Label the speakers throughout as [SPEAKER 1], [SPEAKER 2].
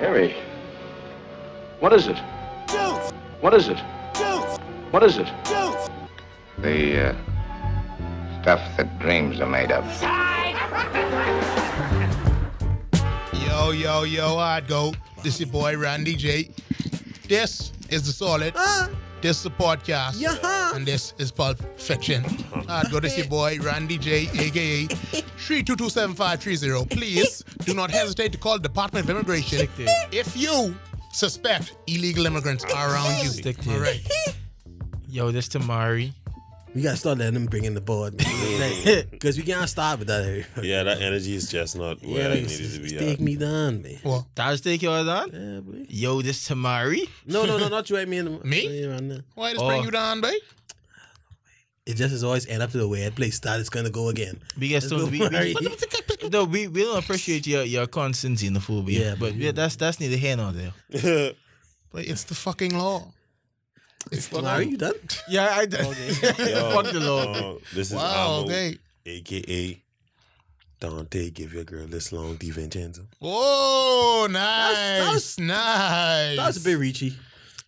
[SPEAKER 1] Harry. What is it? What is it? What is it?
[SPEAKER 2] The uh, stuff that dreams are made of.
[SPEAKER 3] Yo, yo, yo, I'd go. This your boy Randy J. This is the solid. This is the podcast.
[SPEAKER 4] Yeah.
[SPEAKER 3] And this is Pulp Fiction. I'd go. This your boy Randy J, aka 3227530. Please do not hesitate to call Department of Immigration
[SPEAKER 4] there.
[SPEAKER 3] if you suspect illegal immigrants are around you.
[SPEAKER 4] Stick there.
[SPEAKER 3] All right.
[SPEAKER 4] Yo, this Tamari.
[SPEAKER 5] We gotta start letting them bring in the board, man. Because we can't start with that. Harry.
[SPEAKER 6] Yeah, that energy is just not where
[SPEAKER 5] like,
[SPEAKER 6] it needed to be uh,
[SPEAKER 5] take
[SPEAKER 6] at.
[SPEAKER 5] me down, man.
[SPEAKER 3] Well,
[SPEAKER 4] That's take yours on.
[SPEAKER 5] Yeah, boy.
[SPEAKER 4] Yo, this Tamari.
[SPEAKER 5] No, no, no, not you. I mean,
[SPEAKER 3] Me?
[SPEAKER 5] I mean,
[SPEAKER 3] why this
[SPEAKER 4] Oh.
[SPEAKER 3] bring you down, babe?
[SPEAKER 5] It just is always end up to the weird place. That it's gonna go again.
[SPEAKER 4] We get
[SPEAKER 5] Let's
[SPEAKER 4] so
[SPEAKER 5] go,
[SPEAKER 4] we, we,
[SPEAKER 5] Mari.
[SPEAKER 4] no, we, we don't appreciate your your constancy in the phobia.
[SPEAKER 5] Yeah,
[SPEAKER 4] but
[SPEAKER 5] but-
[SPEAKER 4] yeah, that's that's neither here nor there.
[SPEAKER 3] But it's the fucking law. It's the law.
[SPEAKER 5] Mari, you done?
[SPEAKER 4] Yeah, I did.
[SPEAKER 6] Yo,
[SPEAKER 4] Fuck the law.
[SPEAKER 6] uh, this is
[SPEAKER 3] Wow,
[SPEAKER 6] Amo,
[SPEAKER 3] okay.
[SPEAKER 6] aka Dante. Give your girl this long DiVincenzo.
[SPEAKER 3] Whoa, nice,
[SPEAKER 5] that was-
[SPEAKER 3] nice.
[SPEAKER 5] That was a bit reachy.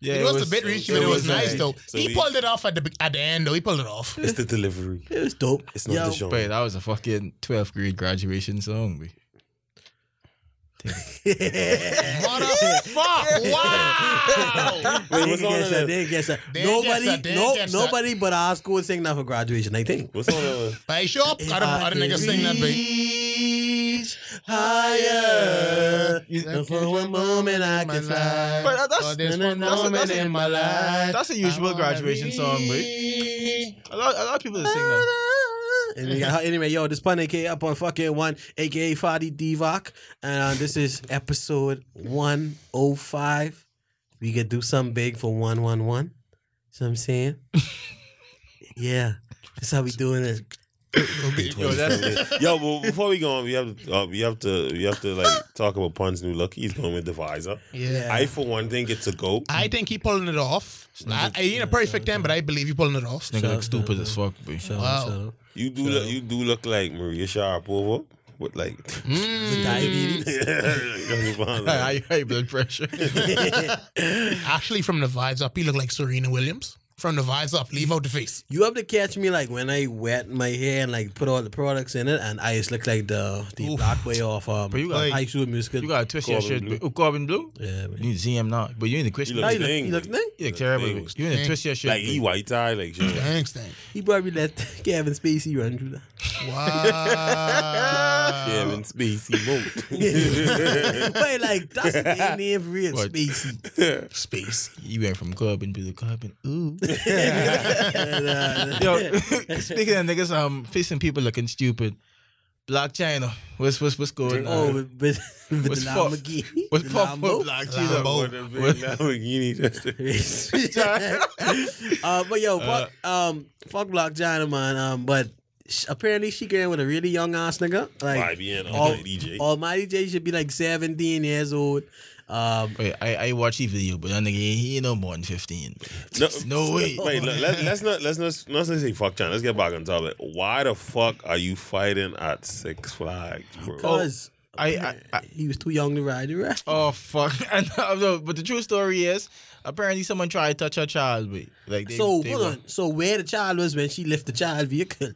[SPEAKER 4] Yeah,
[SPEAKER 3] It was, a bit reachy, but it was, nice
[SPEAKER 4] uh,
[SPEAKER 3] though.
[SPEAKER 6] So
[SPEAKER 3] he
[SPEAKER 6] we-
[SPEAKER 3] pulled it off at the at the end though. He pulled it off.
[SPEAKER 6] It's the delivery.
[SPEAKER 5] It was dope.
[SPEAKER 6] It's not
[SPEAKER 5] Yo,
[SPEAKER 6] the show.
[SPEAKER 4] But that was a fucking twelfth grade graduation song. We.
[SPEAKER 3] Motherfuck! Wow!
[SPEAKER 5] They
[SPEAKER 6] what's
[SPEAKER 5] get
[SPEAKER 6] on
[SPEAKER 5] that,
[SPEAKER 6] it?
[SPEAKER 5] they get that.
[SPEAKER 3] They
[SPEAKER 5] Nobody,
[SPEAKER 3] get that, they
[SPEAKER 5] no,
[SPEAKER 3] get that.
[SPEAKER 5] nobody but our school sing that for graduation. I think.
[SPEAKER 6] What's on that one?
[SPEAKER 3] But sure, other, other niggas sing that beat.
[SPEAKER 5] Reach higher. And for one moment I can fly.
[SPEAKER 4] But that- that's-
[SPEAKER 3] For this
[SPEAKER 5] that's-
[SPEAKER 3] one
[SPEAKER 5] that's-
[SPEAKER 3] moment
[SPEAKER 5] that's-
[SPEAKER 3] in my life.
[SPEAKER 4] That's a usual graduation song, boy. A lot, a lot of people that sing that.
[SPEAKER 5] And we got- anyway, yo, this pun aka up on fucking one, aka Fadi Divac, and uh, this is episode one oh five. We could do something big for one one one. See what I'm saying? yeah, that's how we doing it.
[SPEAKER 4] Yo, that's,
[SPEAKER 6] Yo, well, before we go on, we have to, uh, we have to, we have to like talk about Pun's new look. He's going with Divisor.
[SPEAKER 3] Yeah.
[SPEAKER 6] I, for one, think it's a go.
[SPEAKER 3] I think he pulling it off. I, I ain't a perfect ten, but I believe he pulling it off.
[SPEAKER 4] nigga look stupid as fuck, boy.
[SPEAKER 3] Wow.
[SPEAKER 6] You do, look, you do look like Maria Sharapova with like.
[SPEAKER 3] Hmm? Mm.
[SPEAKER 4] Mm-hmm.
[SPEAKER 5] Diabetes.
[SPEAKER 4] High, high blood pressure.
[SPEAKER 3] Actually, from the vibes up, he look like Serena Williams. From the vibes up, leave out the face.
[SPEAKER 5] You have to catch me like when I wet my hair and like put all the products in it, and I just look like the the
[SPEAKER 3] Oof.
[SPEAKER 5] black boy off um,
[SPEAKER 4] But you got-
[SPEAKER 5] high school musical.
[SPEAKER 4] You gotta twist your
[SPEAKER 6] Corbin
[SPEAKER 4] shirt.
[SPEAKER 6] Blue.
[SPEAKER 4] Blue. Oh, Corbin Blue?
[SPEAKER 5] yeah, man.
[SPEAKER 4] You need to see him now. But you need to question.
[SPEAKER 6] He
[SPEAKER 5] Now
[SPEAKER 4] You
[SPEAKER 5] you look,
[SPEAKER 6] Dang.
[SPEAKER 5] you look nice.
[SPEAKER 4] look terrible.
[SPEAKER 6] Dang.
[SPEAKER 4] boy. You need to twist your shirt.
[SPEAKER 6] like he
[SPEAKER 4] boy.
[SPEAKER 6] white tie, like shit.
[SPEAKER 3] Thanks, thanks.
[SPEAKER 5] He probably let Kevin Spacey run through that.
[SPEAKER 3] Wow.
[SPEAKER 6] Kevin Spacey
[SPEAKER 5] Yeah. but like that's the thing name for real
[SPEAKER 4] What?
[SPEAKER 5] Spacey.
[SPEAKER 3] Space.
[SPEAKER 4] You went from Corbin to the Corbin. Ooh.
[SPEAKER 5] And, uh,
[SPEAKER 4] Yo, speaking of niggas, um, facing people looking stupid. Black China. What's what's what's going
[SPEAKER 5] oh,
[SPEAKER 4] on?
[SPEAKER 5] with, with, with
[SPEAKER 4] What's
[SPEAKER 5] the
[SPEAKER 4] pop-
[SPEAKER 5] Lamborghini.
[SPEAKER 4] What's
[SPEAKER 5] the
[SPEAKER 4] pop
[SPEAKER 5] Lambo.
[SPEAKER 4] with Black China?
[SPEAKER 3] Lambo.
[SPEAKER 4] What-
[SPEAKER 6] Lamborghini.
[SPEAKER 5] uh, but yo, fuck, um, fuck Block China, man. Um, but sh- apparently she getting with a really young ass nigga. Like
[SPEAKER 6] YBN,
[SPEAKER 5] all-
[SPEAKER 6] all DJ.
[SPEAKER 5] Almighty J should be like seventeen years old. Um,
[SPEAKER 4] Wait, I, I watched the video, but that nigga he he ain't no more than fifteen. boy.
[SPEAKER 6] No,
[SPEAKER 4] No way.
[SPEAKER 6] Wait, let, let, let's not let's not let's not say fuck China. Let's get back on topic. Why the fuck are you fighting at Six Flags, bro?
[SPEAKER 5] cause
[SPEAKER 4] Oh, I, I, I
[SPEAKER 5] he was too young to ride the ride.
[SPEAKER 4] oh fuck. I know, no, but the true story is, apparently someone tried to touch her child. But like, they,
[SPEAKER 5] so
[SPEAKER 4] they
[SPEAKER 5] hold
[SPEAKER 4] were-
[SPEAKER 5] on. So where the child was when she left the child vehicle?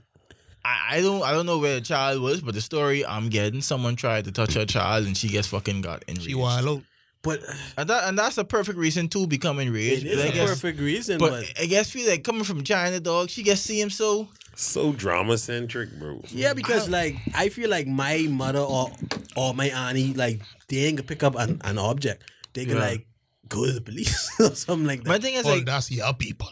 [SPEAKER 4] I, I don't I don't know where the child was, but the story I'm getting, someone tried to touch her child and she gets fucking got enraged.
[SPEAKER 3] She wallowed.
[SPEAKER 5] But
[SPEAKER 4] And that and that's a perfect reason to become enraged.
[SPEAKER 5] it is
[SPEAKER 4] But I
[SPEAKER 5] a
[SPEAKER 4] guess,
[SPEAKER 5] perfect reason.
[SPEAKER 4] but,
[SPEAKER 5] but
[SPEAKER 4] I guess feel like coming from China, dog, she gets see him so
[SPEAKER 6] So drama centric, bro.
[SPEAKER 5] Yeah, because like I feel like my mother or or my auntie like they ain't gonna pick up an, an object. They can
[SPEAKER 4] Yeah.
[SPEAKER 5] like go to the police or something like
[SPEAKER 4] my
[SPEAKER 5] that.
[SPEAKER 4] thing is
[SPEAKER 3] Oh,
[SPEAKER 4] like
[SPEAKER 3] that's your people.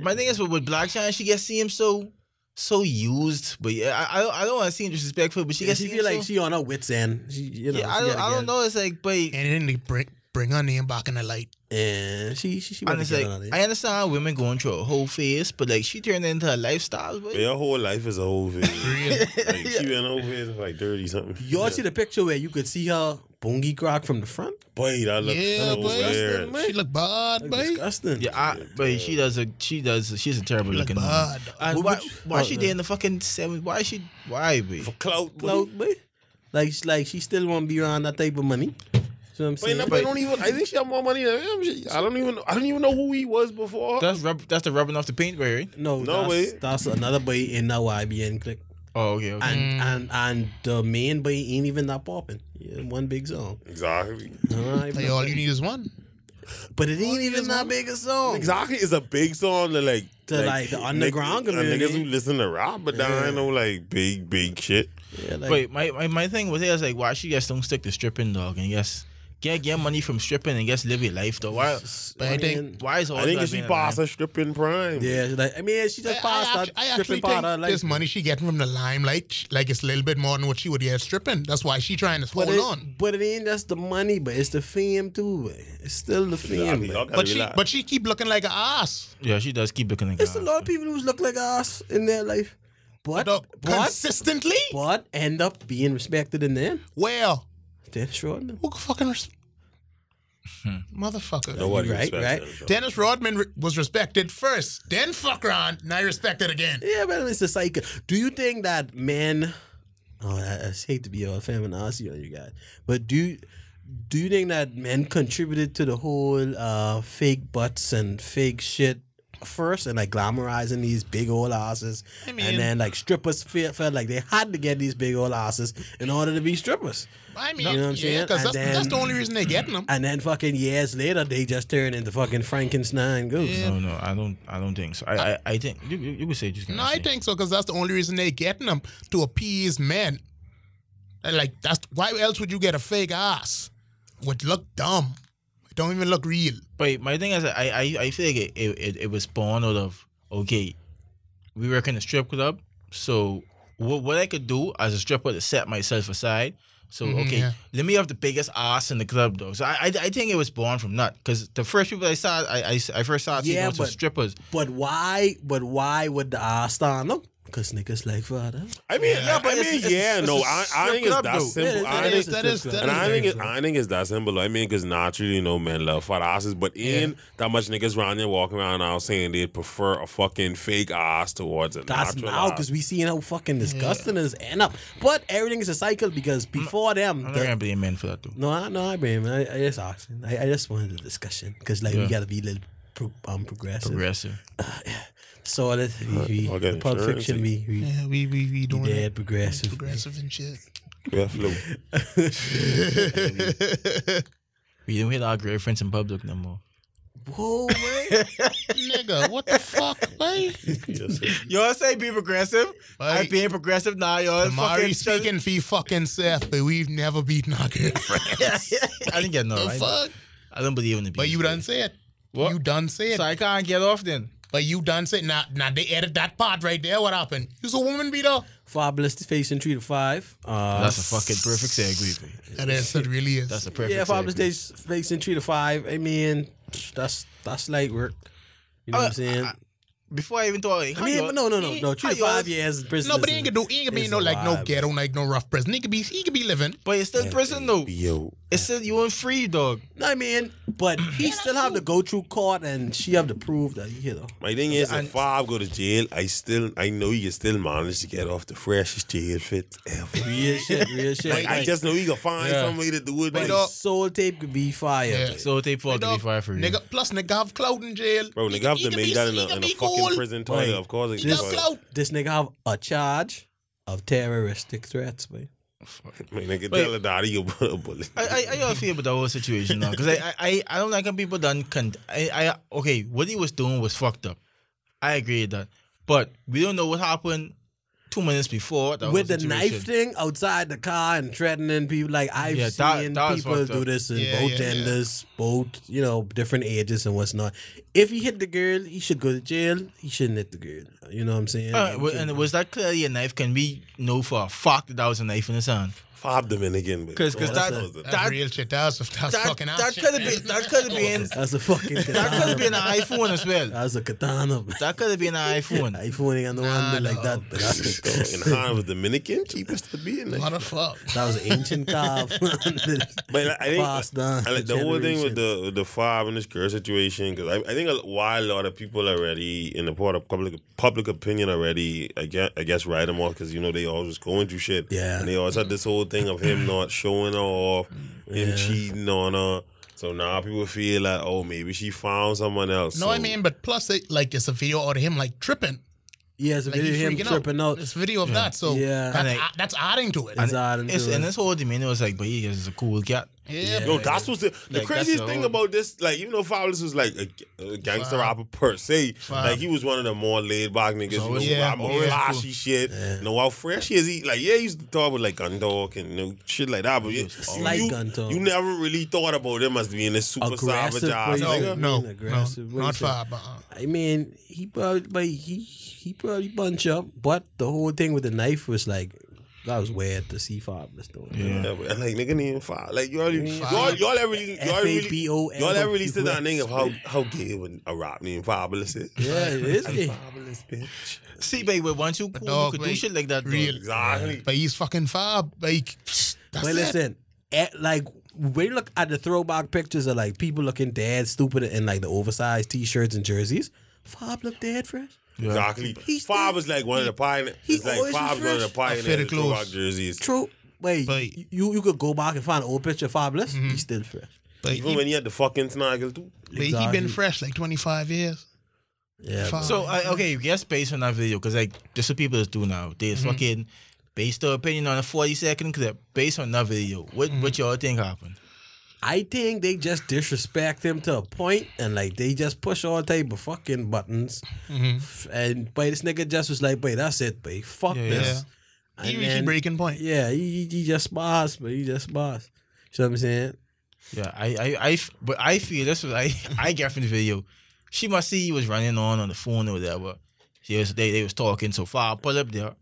[SPEAKER 4] my thing is with, with Black China, she gets see him so so used. But yeah, I I don't, I don't want to seem disrespectful, but she
[SPEAKER 5] Yeah,
[SPEAKER 4] gets
[SPEAKER 5] she
[SPEAKER 4] see
[SPEAKER 5] feel
[SPEAKER 4] him
[SPEAKER 5] like
[SPEAKER 4] so,
[SPEAKER 5] she on her wits end. She, you know,
[SPEAKER 4] yeah, I
[SPEAKER 5] she
[SPEAKER 4] don't
[SPEAKER 5] gotta
[SPEAKER 4] I
[SPEAKER 5] get
[SPEAKER 4] don't
[SPEAKER 5] it.
[SPEAKER 4] know. It's like but
[SPEAKER 3] And then they bring, bring her name back in the light.
[SPEAKER 5] And she she, she
[SPEAKER 4] and
[SPEAKER 5] wanna
[SPEAKER 4] it's
[SPEAKER 5] get
[SPEAKER 4] like
[SPEAKER 5] out of there.
[SPEAKER 4] I understand women going through a whole phase, but like she turned into a lifestyle. But
[SPEAKER 6] But your whole life is a whole thing. like, She been over here since, like thirty something.
[SPEAKER 5] Y'all see the picture where you could see her bongi crack from the front?
[SPEAKER 6] boy, that look
[SPEAKER 3] Yeah,
[SPEAKER 6] so
[SPEAKER 3] boy.
[SPEAKER 6] weird.
[SPEAKER 3] She look bad, boy.
[SPEAKER 5] Disgusting.
[SPEAKER 4] Yeah, I, but she does a she does she's a terrible
[SPEAKER 3] Look
[SPEAKER 4] looking woman.
[SPEAKER 3] bad.
[SPEAKER 4] And
[SPEAKER 5] What
[SPEAKER 4] why
[SPEAKER 5] would you-
[SPEAKER 4] why
[SPEAKER 5] oh,
[SPEAKER 4] she
[SPEAKER 5] yeah.
[SPEAKER 4] there in the fucking seven? Why is she why be?
[SPEAKER 6] For clout, boy.
[SPEAKER 5] Like, like she still won't be around that type of money. See what I'm
[SPEAKER 6] But,
[SPEAKER 5] saying?
[SPEAKER 6] but I don't even. I think she have more money than him. She, I don't even. I don't even know who he was before.
[SPEAKER 4] That's rub, that's the rubbing off the paint, boy, right?
[SPEAKER 5] no,
[SPEAKER 6] No
[SPEAKER 5] that's,
[SPEAKER 6] way.
[SPEAKER 5] that's another boy in our IBN click.
[SPEAKER 4] Oh, okay. okay.
[SPEAKER 5] And and and the main boy ain't even that popping. Yeah, one big song.
[SPEAKER 6] exactly.
[SPEAKER 5] All right,
[SPEAKER 3] Hey, all you need is one.
[SPEAKER 5] but it ain't even that big a song.
[SPEAKER 6] Exactly is a big song to like
[SPEAKER 5] To, like, the
[SPEAKER 6] nigg-
[SPEAKER 5] underground
[SPEAKER 6] uh,
[SPEAKER 5] community.
[SPEAKER 6] Niggas who listen to rap, but that ain't no like big big shit.
[SPEAKER 5] Yeah, like,
[SPEAKER 4] Wait, my, my, my thing with it is like, why she just don't stick to stripping, dog, and just get get money from stripping and just live your life, though? Why?
[SPEAKER 3] But I think
[SPEAKER 4] Why is all
[SPEAKER 6] I think
[SPEAKER 4] that
[SPEAKER 6] if she
[SPEAKER 4] being
[SPEAKER 6] passed
[SPEAKER 4] a-
[SPEAKER 6] her stripping prime.
[SPEAKER 5] Yeah, she like I mean, she just
[SPEAKER 3] I- I,
[SPEAKER 5] passed
[SPEAKER 3] act-
[SPEAKER 5] that
[SPEAKER 3] I
[SPEAKER 5] stripping
[SPEAKER 3] actually
[SPEAKER 5] part.
[SPEAKER 3] think
[SPEAKER 5] of her life.
[SPEAKER 3] this money she getting from the limelight, sh- like it's a little bit more than what she would get stripping. That's why she trying to
[SPEAKER 5] but
[SPEAKER 3] hold
[SPEAKER 5] it,
[SPEAKER 3] on.
[SPEAKER 5] But it ain't just the money, but it's the fame too. But it's still the fame.
[SPEAKER 6] Exactly.
[SPEAKER 5] but-
[SPEAKER 6] Y'all gotta
[SPEAKER 3] But she,
[SPEAKER 6] relax.
[SPEAKER 3] but she keep looking like an ass.
[SPEAKER 4] Yeah, she does keep looking like
[SPEAKER 5] It's a
[SPEAKER 4] that.
[SPEAKER 5] lot of people who look like us in their life, but
[SPEAKER 3] Dog,
[SPEAKER 5] but,
[SPEAKER 3] consistently.
[SPEAKER 5] but end up being respected in them.
[SPEAKER 3] Well,
[SPEAKER 5] Dennis Rodman,
[SPEAKER 3] who could fucking res- motherfucker?
[SPEAKER 6] Nobody
[SPEAKER 5] Right,
[SPEAKER 6] respects
[SPEAKER 5] right.
[SPEAKER 6] that.
[SPEAKER 3] Dennis Rodman re- was respected first, then fuck around, now you respected again.
[SPEAKER 5] yeah, but it's a cycle. Do you think that men? Oh, I, I just hate to be all feminist on you guys, but do you- do you think that men contributed to the whole uh, fake butts and fake shit? First and like glamorizing these big old asses,
[SPEAKER 3] mean-
[SPEAKER 5] and then like strippers feel, felt like they had to get these big old asses in order to be strippers.
[SPEAKER 3] I mean,
[SPEAKER 5] You know what I'm
[SPEAKER 3] yeah,
[SPEAKER 5] saying?
[SPEAKER 3] because
[SPEAKER 5] And
[SPEAKER 3] that's, that's
[SPEAKER 5] then-
[SPEAKER 3] the only reason they getting them.
[SPEAKER 5] And then fucking years later, they just turn into fucking Frankenstein goose.
[SPEAKER 4] No, no, I don't. I don't think so. I, I, I think you, you, you would say just.
[SPEAKER 3] No, I think so because that's the only reason they getting them to appease men. And, Like that's why else would you get a fake ass? Would look dumb. It don't even look real.
[SPEAKER 4] But my thing is, I, I, I feel like it, it, it, it was born out of okay, we work in a strip club, so what, what I could do as a stripper to set myself aside. So
[SPEAKER 3] Mhm,
[SPEAKER 4] okay,
[SPEAKER 3] yeah.
[SPEAKER 4] let me have the biggest ass in the club though. So I, I, I think it was born from that because the first people I saw, I, I, I first saw
[SPEAKER 5] Yeah,
[SPEAKER 4] yeah,
[SPEAKER 5] but-
[SPEAKER 4] strippers.
[SPEAKER 5] But why? But why would the ass stand up? Cause niggas like father.
[SPEAKER 6] I mean, yeah,
[SPEAKER 4] but
[SPEAKER 6] I
[SPEAKER 4] it's-
[SPEAKER 6] mean,
[SPEAKER 4] it's-
[SPEAKER 6] yeah,
[SPEAKER 4] it's
[SPEAKER 6] no,
[SPEAKER 4] a
[SPEAKER 6] I, I
[SPEAKER 4] strip
[SPEAKER 6] think it's
[SPEAKER 4] club,
[SPEAKER 6] that
[SPEAKER 4] though.
[SPEAKER 6] simple.
[SPEAKER 5] Yeah,
[SPEAKER 6] I
[SPEAKER 5] it
[SPEAKER 6] think
[SPEAKER 5] is a
[SPEAKER 3] that is-
[SPEAKER 5] strip
[SPEAKER 3] that
[SPEAKER 5] club.
[SPEAKER 6] And I
[SPEAKER 3] Very
[SPEAKER 6] think it, I think it's that simple. I mean, because naturally, you know, men love fat asses, but in that much niggas around there walking around now saying they prefer a fucking fake ass towards a
[SPEAKER 5] That's
[SPEAKER 6] natural
[SPEAKER 5] now
[SPEAKER 6] ass.
[SPEAKER 5] because we seeing how fucking disgusting this end up. uh, But everything is a cycle because
[SPEAKER 3] Mm.
[SPEAKER 5] before them,
[SPEAKER 4] I'm not
[SPEAKER 5] the,
[SPEAKER 4] gonna blame men for that though.
[SPEAKER 5] no, I- no, I blame. I, I just asking. I, I just wanted the discussion because like we
[SPEAKER 4] Yeah.
[SPEAKER 5] gotta be a little pro, um progressive.
[SPEAKER 4] Progressive.
[SPEAKER 5] So that we, we
[SPEAKER 6] I'll get
[SPEAKER 5] the Pulp
[SPEAKER 6] insurance
[SPEAKER 5] Fiction
[SPEAKER 6] and-
[SPEAKER 5] we we
[SPEAKER 3] Yeah, we we we doing
[SPEAKER 5] dead progressive.
[SPEAKER 3] aggressive and shit.
[SPEAKER 6] Yeah, flow.
[SPEAKER 4] We don't hit our girlfriends in public no more.
[SPEAKER 5] Whoa, man.
[SPEAKER 3] Nigga, what the fuck, man?
[SPEAKER 4] Y'all say be progressive.
[SPEAKER 3] I Like,
[SPEAKER 4] being progressive now, y'all.
[SPEAKER 3] Mari speaking for fucking Seth, but we've never beaten our girlfriend.
[SPEAKER 4] I didn't get no
[SPEAKER 3] the
[SPEAKER 4] right.
[SPEAKER 3] fuck?
[SPEAKER 4] I don't believe in the.
[SPEAKER 3] But you done said.
[SPEAKER 4] What?
[SPEAKER 3] You done said.
[SPEAKER 4] So I can't get off then.
[SPEAKER 3] But you done said. Now, now they edit that part right there. What happened? You's a woman beater.
[SPEAKER 5] Fabulous Station three to five. Uh,
[SPEAKER 4] That's a fucking perfect segue. babe.
[SPEAKER 3] That is. It really is.
[SPEAKER 4] That's a perfect.
[SPEAKER 5] Yeah, five
[SPEAKER 4] segue.
[SPEAKER 5] mistakes fakes in three to five. I mean, that's that's light work. You
[SPEAKER 3] Uh,
[SPEAKER 5] know what I'm saying? I,
[SPEAKER 4] Before I even thought, like,
[SPEAKER 5] mean,
[SPEAKER 4] how
[SPEAKER 5] but no, no, no,
[SPEAKER 4] y'all-
[SPEAKER 5] no. Three
[SPEAKER 4] how
[SPEAKER 5] to five
[SPEAKER 4] y'all-
[SPEAKER 5] years in prison.
[SPEAKER 3] No, but he
[SPEAKER 5] is-
[SPEAKER 3] ain't gonna do. He ain't gonna be
[SPEAKER 5] is
[SPEAKER 3] no
[SPEAKER 5] a
[SPEAKER 3] like no
[SPEAKER 5] vibe.
[SPEAKER 3] ghetto, like no rough prison. He could be. He could be living.
[SPEAKER 4] But it's still prison though.
[SPEAKER 6] Yo,
[SPEAKER 4] It's still you ain't free, dog.
[SPEAKER 5] No, I mean, but he still have to go through court, and she have to prove that you know.
[SPEAKER 6] my thing is,
[SPEAKER 4] And-
[SPEAKER 6] if Fab go to jail, I still, I know you can still manage to get off the freshest jail fit ever.
[SPEAKER 5] Real shit, real shit.
[SPEAKER 6] Like, I just know you can find
[SPEAKER 4] Yeah.
[SPEAKER 6] some way to do it.
[SPEAKER 3] But
[SPEAKER 6] like,
[SPEAKER 3] dog-
[SPEAKER 5] soul tape could be fire.
[SPEAKER 3] Yeah.
[SPEAKER 4] So they fall to be
[SPEAKER 3] Dog,
[SPEAKER 4] fired for you.
[SPEAKER 3] Nigga, plus nigga have clout in jail.
[SPEAKER 6] bro,
[SPEAKER 3] He-
[SPEAKER 6] nigga, have
[SPEAKER 3] he
[SPEAKER 6] to
[SPEAKER 3] could
[SPEAKER 6] make
[SPEAKER 3] be-
[SPEAKER 6] that in
[SPEAKER 3] he
[SPEAKER 6] a,
[SPEAKER 3] could
[SPEAKER 6] in a
[SPEAKER 3] be
[SPEAKER 6] fucking
[SPEAKER 3] cool.
[SPEAKER 6] prison toilet. Of course,
[SPEAKER 3] He
[SPEAKER 6] it's
[SPEAKER 3] have
[SPEAKER 6] toilet.
[SPEAKER 3] clout.
[SPEAKER 5] This nigga have a charge of terroristic threats, man.
[SPEAKER 6] My nigga,
[SPEAKER 4] Wait.
[SPEAKER 6] tell her daddy you put a bullet.
[SPEAKER 3] Uh,
[SPEAKER 4] I, I, I y'all feel about the whole situation now because I, I, I, I don't like when people done. Con- I, I, okay, what he was doing was fucked up. I agree with that, but we don't know what happened two minutes before that
[SPEAKER 5] With
[SPEAKER 4] whole
[SPEAKER 5] the knife
[SPEAKER 4] Oh, situation.
[SPEAKER 5] thing outside the car and threatening people. Like I've
[SPEAKER 4] Yeah, that-
[SPEAKER 5] seen
[SPEAKER 4] that was
[SPEAKER 5] people
[SPEAKER 4] fucked
[SPEAKER 5] do
[SPEAKER 4] up.
[SPEAKER 5] this in
[SPEAKER 3] Yeah,
[SPEAKER 5] both
[SPEAKER 3] yeah, yeah.
[SPEAKER 5] genders, both you know different ages and what's not. If he hit the girl, he should go to jail. He shouldn't hit the girl. You know what I'm saying?
[SPEAKER 4] Uh,
[SPEAKER 5] Like,
[SPEAKER 4] wa-
[SPEAKER 5] he
[SPEAKER 4] and
[SPEAKER 5] shouldn't-
[SPEAKER 4] was that clearly a knife? Can we know for a fact that that was a knife in his hand?
[SPEAKER 6] Fab them in again, but-
[SPEAKER 4] Because because
[SPEAKER 5] Oh,
[SPEAKER 4] that,
[SPEAKER 5] that's
[SPEAKER 4] that,
[SPEAKER 6] a-
[SPEAKER 3] That's real shit. That's that's
[SPEAKER 4] that,
[SPEAKER 3] fucking
[SPEAKER 4] that
[SPEAKER 3] ass
[SPEAKER 4] could have
[SPEAKER 3] shit.
[SPEAKER 4] been that could have been
[SPEAKER 5] that's a fucking
[SPEAKER 4] that could
[SPEAKER 5] katana.
[SPEAKER 4] have been an iPhone as well.
[SPEAKER 5] that's a katana. man.
[SPEAKER 4] That could have been an iPhone.
[SPEAKER 5] iPhone ain't got no
[SPEAKER 3] Nah,
[SPEAKER 5] handle
[SPEAKER 3] no.
[SPEAKER 5] like that. But that's a,
[SPEAKER 6] in the hand of a Dominican, cheapest to be in there.
[SPEAKER 3] Motherfuck.
[SPEAKER 5] that was an ancient carve.
[SPEAKER 6] But like, I think
[SPEAKER 5] Passed down
[SPEAKER 6] I like
[SPEAKER 5] to
[SPEAKER 6] the whole thing
[SPEAKER 5] generation.
[SPEAKER 6] with the with the five and this girl situation, because I, I think a, why a lot of people already in the part of public public opinion already, I guess, I guess write them off because you know they always going through shit.
[SPEAKER 5] Yeah.
[SPEAKER 6] and they always had this whole thing of him not showing her off, him cheating on her. So now people feel like, oh, maybe she found someone else.
[SPEAKER 3] No,
[SPEAKER 6] so,
[SPEAKER 3] I mean, but plus, it, like, it's a video of him like tripping,
[SPEAKER 5] Yeah, it's a
[SPEAKER 3] like
[SPEAKER 5] video
[SPEAKER 3] he's
[SPEAKER 5] of him
[SPEAKER 3] freaking
[SPEAKER 5] tripping out.
[SPEAKER 3] It's a video of that, so
[SPEAKER 5] Yeah.
[SPEAKER 3] that's,
[SPEAKER 4] And I-
[SPEAKER 3] a- that's adding to it.
[SPEAKER 5] It's odd and
[SPEAKER 4] It's,
[SPEAKER 5] doing.
[SPEAKER 4] and this whole demeanor was like, but he is a cool cat.
[SPEAKER 3] yeah,
[SPEAKER 6] Yo, that's what's the, the
[SPEAKER 4] Like, that's
[SPEAKER 6] craziest
[SPEAKER 4] the
[SPEAKER 6] thing
[SPEAKER 4] whole-
[SPEAKER 6] about this. Like, even though Fabulous was like a, a gangster
[SPEAKER 3] Wow.
[SPEAKER 6] rapper per se,
[SPEAKER 3] Wow.
[SPEAKER 6] like he was one of the more laid back niggas.
[SPEAKER 4] So
[SPEAKER 6] you know,
[SPEAKER 4] was-
[SPEAKER 6] yeah,
[SPEAKER 3] yeah,
[SPEAKER 6] I'm
[SPEAKER 3] yeah.
[SPEAKER 6] flashy shit. Know how fresh he is. He, like, yeah, he used to talk with like gun talk and you know, shit like that. But you,
[SPEAKER 5] Slight
[SPEAKER 6] you,
[SPEAKER 5] gun talk.
[SPEAKER 6] you never really thought about him as being a super
[SPEAKER 5] Aggressive
[SPEAKER 6] savage ass
[SPEAKER 5] person.
[SPEAKER 3] no,
[SPEAKER 6] nigga.
[SPEAKER 3] no,
[SPEAKER 5] Being aggressive,
[SPEAKER 3] no,
[SPEAKER 5] what
[SPEAKER 3] not
[SPEAKER 5] you say?
[SPEAKER 3] far, but uh,
[SPEAKER 5] I mean, he probably but he he probably bunch up, but the whole thing with the knife was like that was weird to see Fabulous though.
[SPEAKER 6] Yeah, but like nigga named Fab. Like y'all,
[SPEAKER 3] Fab.
[SPEAKER 6] y'all, y'all ever really, y'all really,
[SPEAKER 5] F-A-B-O-L.
[SPEAKER 6] y'all ever really said that nigga of how how gay when a rap named Fabulous is.
[SPEAKER 5] Yeah, it is. it.
[SPEAKER 6] Fabulous bitch.
[SPEAKER 4] See, baby, once you cool,
[SPEAKER 3] dog,
[SPEAKER 4] you could do
[SPEAKER 3] like,
[SPEAKER 4] shit like that. dog.
[SPEAKER 3] real.
[SPEAKER 6] Exactly.
[SPEAKER 3] But he's fucking fab. Like, that's
[SPEAKER 5] But
[SPEAKER 3] it.
[SPEAKER 5] listen, at, like we look at the throwback pictures of like people looking dead, stupid, and like the oversized T-shirts and jerseys. Fab looked dead fresh.
[SPEAKER 6] Exactly.
[SPEAKER 5] He's
[SPEAKER 6] Fab
[SPEAKER 5] dead.
[SPEAKER 6] was like one of the pioneers.
[SPEAKER 5] He
[SPEAKER 6] It's like
[SPEAKER 5] always
[SPEAKER 6] Fab's one of the
[SPEAKER 5] refreshed. I
[SPEAKER 6] pioneers
[SPEAKER 3] feel the
[SPEAKER 6] of Tupac
[SPEAKER 3] clothes.
[SPEAKER 6] jerseys.
[SPEAKER 5] True. Wait,
[SPEAKER 3] But-
[SPEAKER 5] you you could go back and find an old picture of Fabulous. He's still fresh.
[SPEAKER 3] But, he,
[SPEAKER 6] Even when he had the fucking snaggle too.
[SPEAKER 3] but he been
[SPEAKER 5] Exactly.
[SPEAKER 3] fresh like 25 years.
[SPEAKER 5] Yeah.
[SPEAKER 3] Fab.
[SPEAKER 4] So I, okay, you guess based on that video, because like this is what people do now. They
[SPEAKER 3] Mm-hmm.
[SPEAKER 4] fucking based their opinion on a forty second clip based on that video. What
[SPEAKER 3] Mm-hmm.
[SPEAKER 4] what y'all think happened?
[SPEAKER 5] I think they just disrespect him to a point, and like they just push all type of fucking buttons. And but this nigga just was like, "Boy, that's it, boy. Fuck
[SPEAKER 4] Yeah,
[SPEAKER 5] this." And
[SPEAKER 3] he reached a
[SPEAKER 5] then-
[SPEAKER 3] breaking point.
[SPEAKER 5] Yeah, he, he- he just boss, but he just boss. You know what I'm saying?
[SPEAKER 4] Yeah, I, I, I f- but I feel that's what I, I get from the video. She must see he was running on on the phone or whatever. She was they, they was talking so far. I pull up there,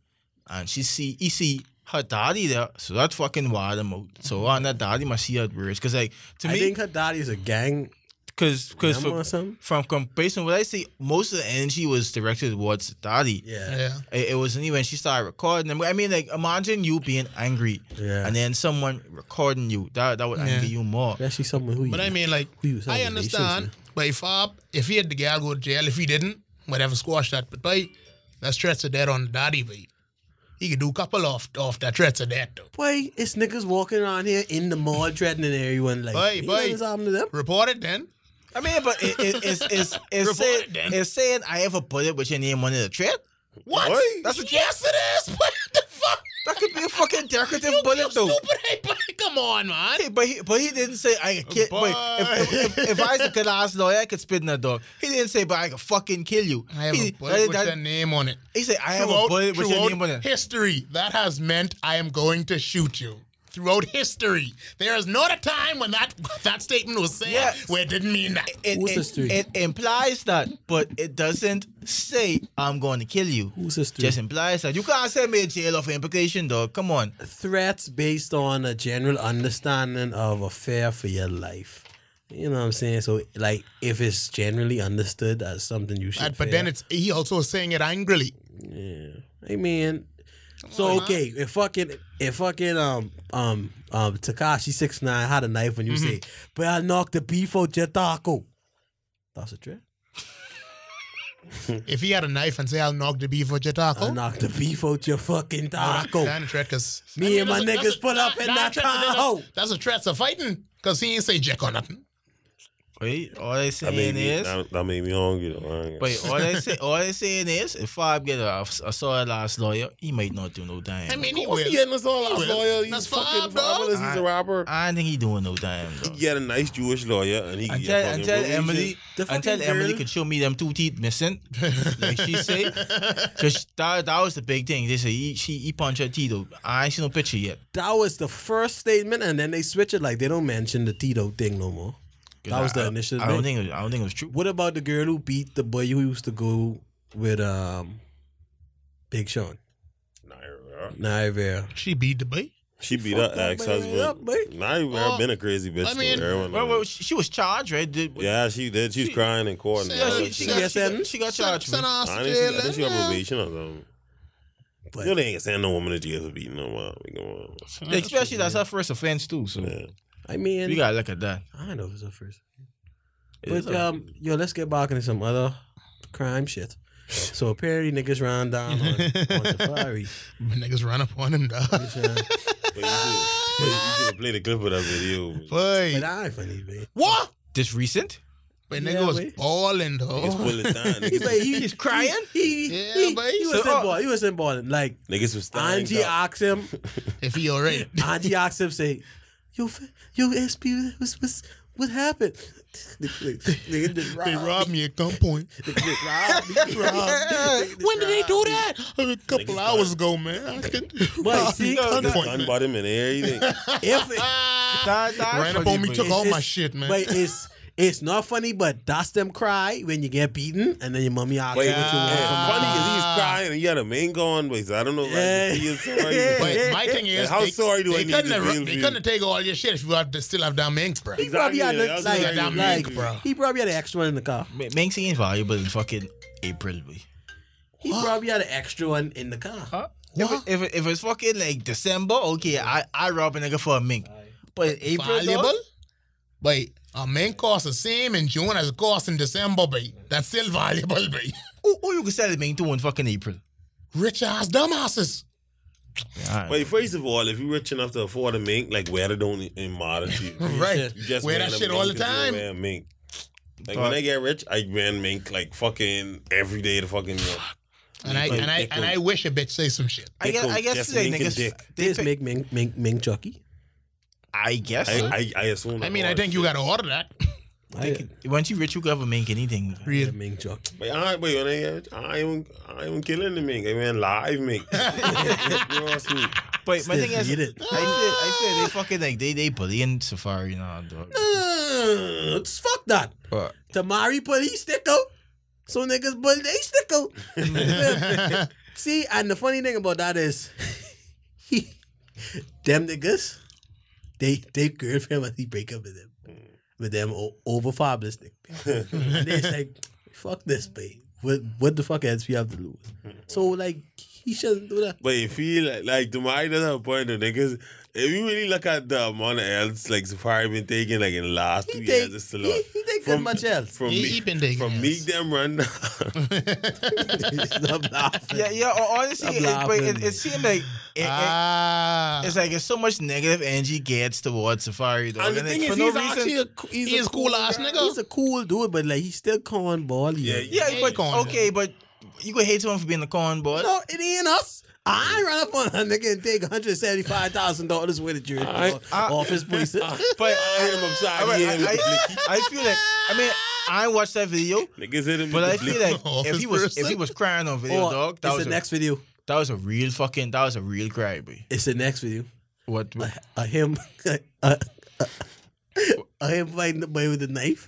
[SPEAKER 4] and she see he see her daddy there, so that fucking wild him out. So and that daddy must see her words, cause like to
[SPEAKER 5] Mm-hmm. I
[SPEAKER 4] me,
[SPEAKER 5] think her daddy's a gang
[SPEAKER 4] cause cause
[SPEAKER 5] member
[SPEAKER 4] for-
[SPEAKER 5] or something.
[SPEAKER 4] from com- based on what I see, most of the energy was directed towards daddy.
[SPEAKER 5] Yeah.
[SPEAKER 3] Yeah.
[SPEAKER 4] It, it wasn't even she started recording them. I mean, like imagine you being angry,
[SPEAKER 5] Yeah.
[SPEAKER 4] and then someone recording you. That that would
[SPEAKER 3] Yeah.
[SPEAKER 4] anger you more.
[SPEAKER 5] Especially someone who.
[SPEAKER 3] But
[SPEAKER 5] you-
[SPEAKER 3] I mean, like,
[SPEAKER 5] Who you was
[SPEAKER 3] I
[SPEAKER 5] having relations
[SPEAKER 3] understand. But if Fab, if he had the gal go to jail, if he didn't, whatever, squash that. But by that's threats of death on the daddy, but he could do a couple off off that threats of death though.
[SPEAKER 5] boy, it's niggas walking around here in the mall, threatening everyone. Like,
[SPEAKER 3] Boy,
[SPEAKER 5] you know
[SPEAKER 3] boy.
[SPEAKER 5] what's happening to them?
[SPEAKER 3] Report it then.
[SPEAKER 4] I mean, but it, it, it's it's it's,
[SPEAKER 3] Report
[SPEAKER 4] saying,
[SPEAKER 3] it then.
[SPEAKER 4] it's saying I ever put it with your name on it. a threat.
[SPEAKER 3] What?
[SPEAKER 6] Boy.
[SPEAKER 3] That's a yes, it is. What the fuck?
[SPEAKER 4] That could be a fucking decorative
[SPEAKER 3] You, you
[SPEAKER 4] bullet though.
[SPEAKER 3] stupid hey, boy. Come on, man.
[SPEAKER 4] Hey, but he but he didn't say I could kill. Wait, if, if, if, if I was a good ass lawyer, I could spit in that dog. He didn't say, but I could fucking kill you.
[SPEAKER 3] I have
[SPEAKER 4] he,
[SPEAKER 3] a bullet with
[SPEAKER 4] that-
[SPEAKER 3] your name on it.
[SPEAKER 4] he said, I have a
[SPEAKER 3] Throughout,
[SPEAKER 4] bullet with your name on
[SPEAKER 3] throughout
[SPEAKER 4] it.
[SPEAKER 3] history, that has meant I am going to shoot you. Throughout history, there is not a time when that that statement was said
[SPEAKER 4] Yeah.
[SPEAKER 3] where it didn't mean that.
[SPEAKER 4] It,
[SPEAKER 5] Who's this
[SPEAKER 4] it,
[SPEAKER 5] dude?
[SPEAKER 4] it implies that, but it doesn't say I'm going to kill you.
[SPEAKER 5] Who's this dude?
[SPEAKER 4] Just implies that. You can't send me to jail for implication, dog. Come on.
[SPEAKER 5] threats based on a general understanding of a fear for your life. You know what I'm saying? So, like, if it's generally understood as something you should,
[SPEAKER 3] And- but then
[SPEAKER 5] fear,
[SPEAKER 3] it's he also is saying it angrily.
[SPEAKER 5] I mean, so okay, if fucking, if fucking, um, um, um, Takashi six nine had a knife and you
[SPEAKER 3] Mm-hmm.
[SPEAKER 5] say, "But I knocked the beef out your taco," that's a threat.
[SPEAKER 3] If he had a knife and say I'll knock the beef for your
[SPEAKER 5] I
[SPEAKER 3] taco,
[SPEAKER 5] knocked the beef out your fucking taco.
[SPEAKER 3] That's a threat because
[SPEAKER 5] Me and my niggas put up in that Tahoe.
[SPEAKER 3] That's a threat of fighting because he ain't say jack or nothing.
[SPEAKER 4] Wait, all they
[SPEAKER 6] That
[SPEAKER 4] saying
[SPEAKER 6] made, me,
[SPEAKER 4] is.
[SPEAKER 6] that, that made me hungry though. I ain't-
[SPEAKER 4] Wait, all they say, all they saying is, if I get a, a solid ass lawyer, he might not do no damn.
[SPEAKER 3] I mean, he
[SPEAKER 6] What's
[SPEAKER 3] will.
[SPEAKER 6] he getting us all out
[SPEAKER 3] Well,
[SPEAKER 6] lawyer? He's
[SPEAKER 3] that's
[SPEAKER 6] fucking
[SPEAKER 3] Fab, dog.
[SPEAKER 6] Fabulous. He's a rapper.
[SPEAKER 4] I don't think he doing no damn. Dog.
[SPEAKER 6] He get a nice Jewish lawyer and he
[SPEAKER 4] Until,
[SPEAKER 6] get fucking
[SPEAKER 4] until
[SPEAKER 6] probation.
[SPEAKER 4] Emily,
[SPEAKER 5] The
[SPEAKER 4] until
[SPEAKER 5] fucking
[SPEAKER 4] Emily
[SPEAKER 5] girl-
[SPEAKER 4] could show me them two teeth missing, like she say, because that, that was the big thing. They say he, she he punched her teeth. out. I ain't seen no picture yet.
[SPEAKER 5] That was the first statement, and then they switch it. Like they don't mention the Tito thing no more. That was the
[SPEAKER 4] I-
[SPEAKER 5] initial.
[SPEAKER 4] I don't think
[SPEAKER 5] thing.
[SPEAKER 4] it was, I don't think it was true.
[SPEAKER 5] What about the girl who beat the boy who used to go with um Big Sean?
[SPEAKER 6] Nah, yeah.
[SPEAKER 5] Naivera.
[SPEAKER 3] She beat the boy.
[SPEAKER 6] She beat her
[SPEAKER 5] Fuck that
[SPEAKER 6] ex
[SPEAKER 5] man up,
[SPEAKER 6] husband.
[SPEAKER 5] mate.
[SPEAKER 6] Nah, you
[SPEAKER 3] Oh,
[SPEAKER 6] been a crazy bitch.
[SPEAKER 3] I mean-
[SPEAKER 6] though. Everyone
[SPEAKER 4] Well,
[SPEAKER 6] knows.
[SPEAKER 4] well, she, she was charged, right? Did-
[SPEAKER 6] yeah, she did. She was crying in court. and
[SPEAKER 3] She-
[SPEAKER 6] all
[SPEAKER 4] yeah,
[SPEAKER 6] that
[SPEAKER 4] she,
[SPEAKER 6] shit.
[SPEAKER 4] she,
[SPEAKER 5] Yes,
[SPEAKER 4] got, she,
[SPEAKER 5] Evan?
[SPEAKER 4] got, she got charged.
[SPEAKER 3] Send
[SPEAKER 4] man.
[SPEAKER 3] her
[SPEAKER 6] I
[SPEAKER 3] to
[SPEAKER 6] think she-
[SPEAKER 3] jail.
[SPEAKER 6] I think she
[SPEAKER 3] and,
[SPEAKER 6] on
[SPEAKER 3] uh,
[SPEAKER 6] probation or something.
[SPEAKER 5] But-
[SPEAKER 6] You know, they ain't send no woman to jail for beating no mom. Come on.
[SPEAKER 4] Especially that's her first offense too. So
[SPEAKER 6] Yeah.
[SPEAKER 5] I mean,
[SPEAKER 4] we gotta look at that.
[SPEAKER 5] I don't know if it's a first.
[SPEAKER 4] It
[SPEAKER 5] But
[SPEAKER 4] is a-
[SPEAKER 5] um, yo, let's get back into some other crime shit. So apparently niggas ran down on, on Safari.
[SPEAKER 3] Niggas run up on him, dog.
[SPEAKER 5] Which, uh,
[SPEAKER 6] But you should, but you should play the clip of that video. man.
[SPEAKER 3] Boy.
[SPEAKER 5] But I ain't funny, man.
[SPEAKER 3] What?
[SPEAKER 4] This recent?
[SPEAKER 3] But
[SPEAKER 5] Yeah,
[SPEAKER 3] nigga was
[SPEAKER 5] boy.
[SPEAKER 3] balling though.
[SPEAKER 6] Niggas pulling down.
[SPEAKER 5] He's
[SPEAKER 6] Niggas,
[SPEAKER 5] like, he,
[SPEAKER 4] He's crying?
[SPEAKER 5] He, he,
[SPEAKER 3] Yeah,
[SPEAKER 5] he,
[SPEAKER 3] but
[SPEAKER 5] he
[SPEAKER 3] he's
[SPEAKER 5] was
[SPEAKER 4] so-
[SPEAKER 5] simple. He was simple. Like
[SPEAKER 6] niggas was standing
[SPEAKER 5] Angie
[SPEAKER 6] up.
[SPEAKER 5] asked him.
[SPEAKER 3] if he alright.
[SPEAKER 5] Angie asked him, say, "Yo, fa- yo, SP, what's what's what happened?" Nigga, just
[SPEAKER 3] They
[SPEAKER 5] robbed
[SPEAKER 3] robbed me at gunpoint.
[SPEAKER 5] Robbed me.
[SPEAKER 3] Robbed. when did they do that? A couple hours ago, man. I could,
[SPEAKER 5] But see,
[SPEAKER 6] Niggas
[SPEAKER 3] gunpoint.
[SPEAKER 6] gun bought him and everything.
[SPEAKER 5] if it,
[SPEAKER 4] That, that
[SPEAKER 3] Ran up
[SPEAKER 4] funny,
[SPEAKER 3] on me,
[SPEAKER 4] but-
[SPEAKER 3] took all my
[SPEAKER 5] It's-
[SPEAKER 3] shit, man.
[SPEAKER 5] Wait, it's it's not funny, but that's them cry when you get beaten, and then your mommy asks
[SPEAKER 6] Wait,
[SPEAKER 5] you what you want
[SPEAKER 6] yeah,
[SPEAKER 5] from
[SPEAKER 3] Ah.
[SPEAKER 6] funny is he's crying and he had a mango on, but he's- I don't know. Like,
[SPEAKER 5] Yeah.
[SPEAKER 6] he is sorry.
[SPEAKER 5] Yeah.
[SPEAKER 3] But my thing is,
[SPEAKER 6] How
[SPEAKER 3] they,
[SPEAKER 6] sorry do I
[SPEAKER 3] they
[SPEAKER 6] need
[SPEAKER 3] couldn't
[SPEAKER 6] to
[SPEAKER 3] have,
[SPEAKER 6] feel for
[SPEAKER 3] They
[SPEAKER 6] you?
[SPEAKER 3] couldn't have taken all your shit if you have to still have down minks, bro.
[SPEAKER 5] He probably had
[SPEAKER 6] Exactly,
[SPEAKER 5] the,
[SPEAKER 6] yeah,
[SPEAKER 5] like,
[SPEAKER 6] that's
[SPEAKER 3] what I
[SPEAKER 5] like,
[SPEAKER 3] mean, bro.
[SPEAKER 5] he probably had an extra one in the car.
[SPEAKER 4] Ma- Manx ain't valuable in fucking April, boy.
[SPEAKER 5] He probably had an extra one in the car.
[SPEAKER 4] If,
[SPEAKER 3] What?
[SPEAKER 4] it- if, it- if it's fucking like December, okay, I, I rob a nigga for a mink. But April, dog,
[SPEAKER 3] Valuable? Wait, a mink costs the same in June as it costs in December, but that's still valuable, but
[SPEAKER 4] who, who you can sell a mink to in fucking April?
[SPEAKER 3] rich ass dumbasses.
[SPEAKER 6] But first of all, if you're rich enough to afford a mink, like wear it don't even matter to you.
[SPEAKER 3] Right.
[SPEAKER 6] You just
[SPEAKER 3] Wear
[SPEAKER 6] wear
[SPEAKER 3] that
[SPEAKER 6] a
[SPEAKER 3] shit
[SPEAKER 6] mink
[SPEAKER 3] all the
[SPEAKER 6] if you
[SPEAKER 3] time.
[SPEAKER 6] Wear a mink. Like when I get rich, I wear mink like fucking every day to fucking. You know,
[SPEAKER 3] And I and I and I wish a bitch say some shit.
[SPEAKER 4] I guess, I
[SPEAKER 6] Dick
[SPEAKER 4] guess
[SPEAKER 6] just
[SPEAKER 4] like
[SPEAKER 6] mink and
[SPEAKER 4] niggas,
[SPEAKER 6] dick.
[SPEAKER 4] they
[SPEAKER 5] This
[SPEAKER 4] pick-
[SPEAKER 5] make Ming Ming Ming Chucky.
[SPEAKER 4] I guess. so.
[SPEAKER 6] I, I, I assume.
[SPEAKER 3] I mean, I
[SPEAKER 6] all
[SPEAKER 3] think you gotta order that.
[SPEAKER 5] I
[SPEAKER 4] Like, once you rich, you can have a mink anything.
[SPEAKER 3] Real.
[SPEAKER 5] Ming Chucky.
[SPEAKER 6] But I, but when I get rich, I ain't, I ain't killing the mink. I mean, live mink. you know what I'm saying?
[SPEAKER 4] But my
[SPEAKER 5] Still
[SPEAKER 4] thing is, I
[SPEAKER 5] eat
[SPEAKER 4] feel,
[SPEAKER 5] it.
[SPEAKER 4] I feel they fucking like they they bullying Safari now, dog.
[SPEAKER 5] Uh, fuck that.
[SPEAKER 4] But
[SPEAKER 5] Tamari put he stick out. So niggas but they stick out. See, and the funny thing about that is he them niggas, they they curve him as he break up with them. With them o- over fabulous nigga. and they like, fuck this, babe. What what the fuck else we have to lose? So like he shouldn't do that.
[SPEAKER 6] But if he like, like the mind doesn't have a point though, niggas. If you really look at the amount of else like Safari been taking like in the last two
[SPEAKER 5] He
[SPEAKER 6] years,
[SPEAKER 5] take,
[SPEAKER 6] it's a
[SPEAKER 5] he,
[SPEAKER 6] lot.
[SPEAKER 5] he take that
[SPEAKER 6] From-
[SPEAKER 5] much else.
[SPEAKER 6] From
[SPEAKER 3] He-
[SPEAKER 6] me,
[SPEAKER 3] he been taking
[SPEAKER 6] from
[SPEAKER 3] else.
[SPEAKER 6] me, them run.
[SPEAKER 5] I'm laughing.
[SPEAKER 4] yeah, yeah. hon- Honestly,
[SPEAKER 5] I'm
[SPEAKER 4] it, but
[SPEAKER 5] laughing,
[SPEAKER 4] it,
[SPEAKER 5] man.
[SPEAKER 4] it seemed like it, it-
[SPEAKER 3] Ah,
[SPEAKER 4] it's like it's so much negative energy gets towards Safari, dog.
[SPEAKER 6] and the
[SPEAKER 4] and
[SPEAKER 6] thing
[SPEAKER 4] like,
[SPEAKER 6] is,
[SPEAKER 4] for no
[SPEAKER 6] he's
[SPEAKER 4] reason,
[SPEAKER 6] actually a, co- he's
[SPEAKER 3] he is
[SPEAKER 6] a
[SPEAKER 3] cool ass
[SPEAKER 5] He's
[SPEAKER 3] nigga.
[SPEAKER 5] a cool dude, but like he's still cornball.
[SPEAKER 6] Yeah,
[SPEAKER 5] Yeah,
[SPEAKER 4] yeah,
[SPEAKER 3] Hey,
[SPEAKER 4] but
[SPEAKER 3] corn.
[SPEAKER 4] okay, but you could hate someone for being a corn boy.
[SPEAKER 5] No, it ain't us. I
[SPEAKER 4] mm.
[SPEAKER 5] run up on a nigga and take one hundred seventy five thousand dollars with it during
[SPEAKER 6] I-
[SPEAKER 4] I-
[SPEAKER 5] office police.
[SPEAKER 4] But
[SPEAKER 6] I hit him
[SPEAKER 4] I,
[SPEAKER 6] upside
[SPEAKER 4] I,
[SPEAKER 6] the head with the
[SPEAKER 4] I, I feel like I mean I watched that video,
[SPEAKER 6] blicky. Niggas hit him.
[SPEAKER 4] but
[SPEAKER 6] with
[SPEAKER 4] I
[SPEAKER 6] the blicky.
[SPEAKER 4] feel like if
[SPEAKER 3] Office
[SPEAKER 4] he was if he
[SPEAKER 3] person.
[SPEAKER 4] was crying on video,
[SPEAKER 5] Or
[SPEAKER 4] dog, that
[SPEAKER 5] it's
[SPEAKER 4] was
[SPEAKER 5] the
[SPEAKER 4] a,
[SPEAKER 5] next video.
[SPEAKER 4] that was a real fucking that was a real cry, boy.
[SPEAKER 5] It's the next video.
[SPEAKER 4] What? what
[SPEAKER 5] A him, a, a, a him fighting the boy with the knife.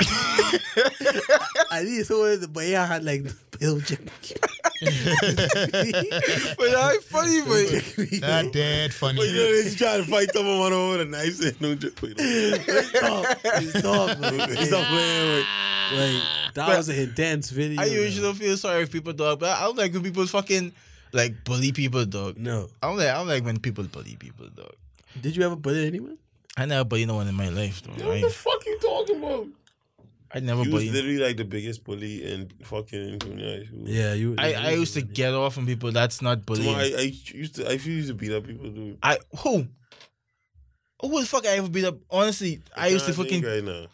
[SPEAKER 5] and he's holding the boy. I had like Bill Jack.
[SPEAKER 4] but I funny, but
[SPEAKER 3] That dead funny.
[SPEAKER 6] But you know, he's trying to fight someone over the knife. Saying, no, just wait.
[SPEAKER 5] It's tough. It's tough. man.
[SPEAKER 6] He's not playing with.
[SPEAKER 5] Like, that was an intense video.
[SPEAKER 4] I
[SPEAKER 5] man.
[SPEAKER 4] usually don't feel sorry for people, dog. But I don't like when people fucking like bully people, dog.
[SPEAKER 5] no.
[SPEAKER 4] I don't like I don't like when people bully people, dog.
[SPEAKER 5] Did you ever bully anyone?
[SPEAKER 4] I never bully no one in my life, dog.
[SPEAKER 6] What
[SPEAKER 4] I,
[SPEAKER 6] the fuck you talking about?
[SPEAKER 4] I never
[SPEAKER 3] Oh,
[SPEAKER 6] He was
[SPEAKER 4] bully.
[SPEAKER 6] literally like the biggest bully in fucking junior high school.
[SPEAKER 5] Yeah, you.
[SPEAKER 4] I, I used to get off on people. That's not
[SPEAKER 6] Tomorrow, I,
[SPEAKER 4] bullying.
[SPEAKER 6] I used to. I used to beat up people, dude.
[SPEAKER 4] I who. Who the fuck I ever beat up? Honestly, I used to
[SPEAKER 6] Nah,
[SPEAKER 4] fucking
[SPEAKER 6] right now.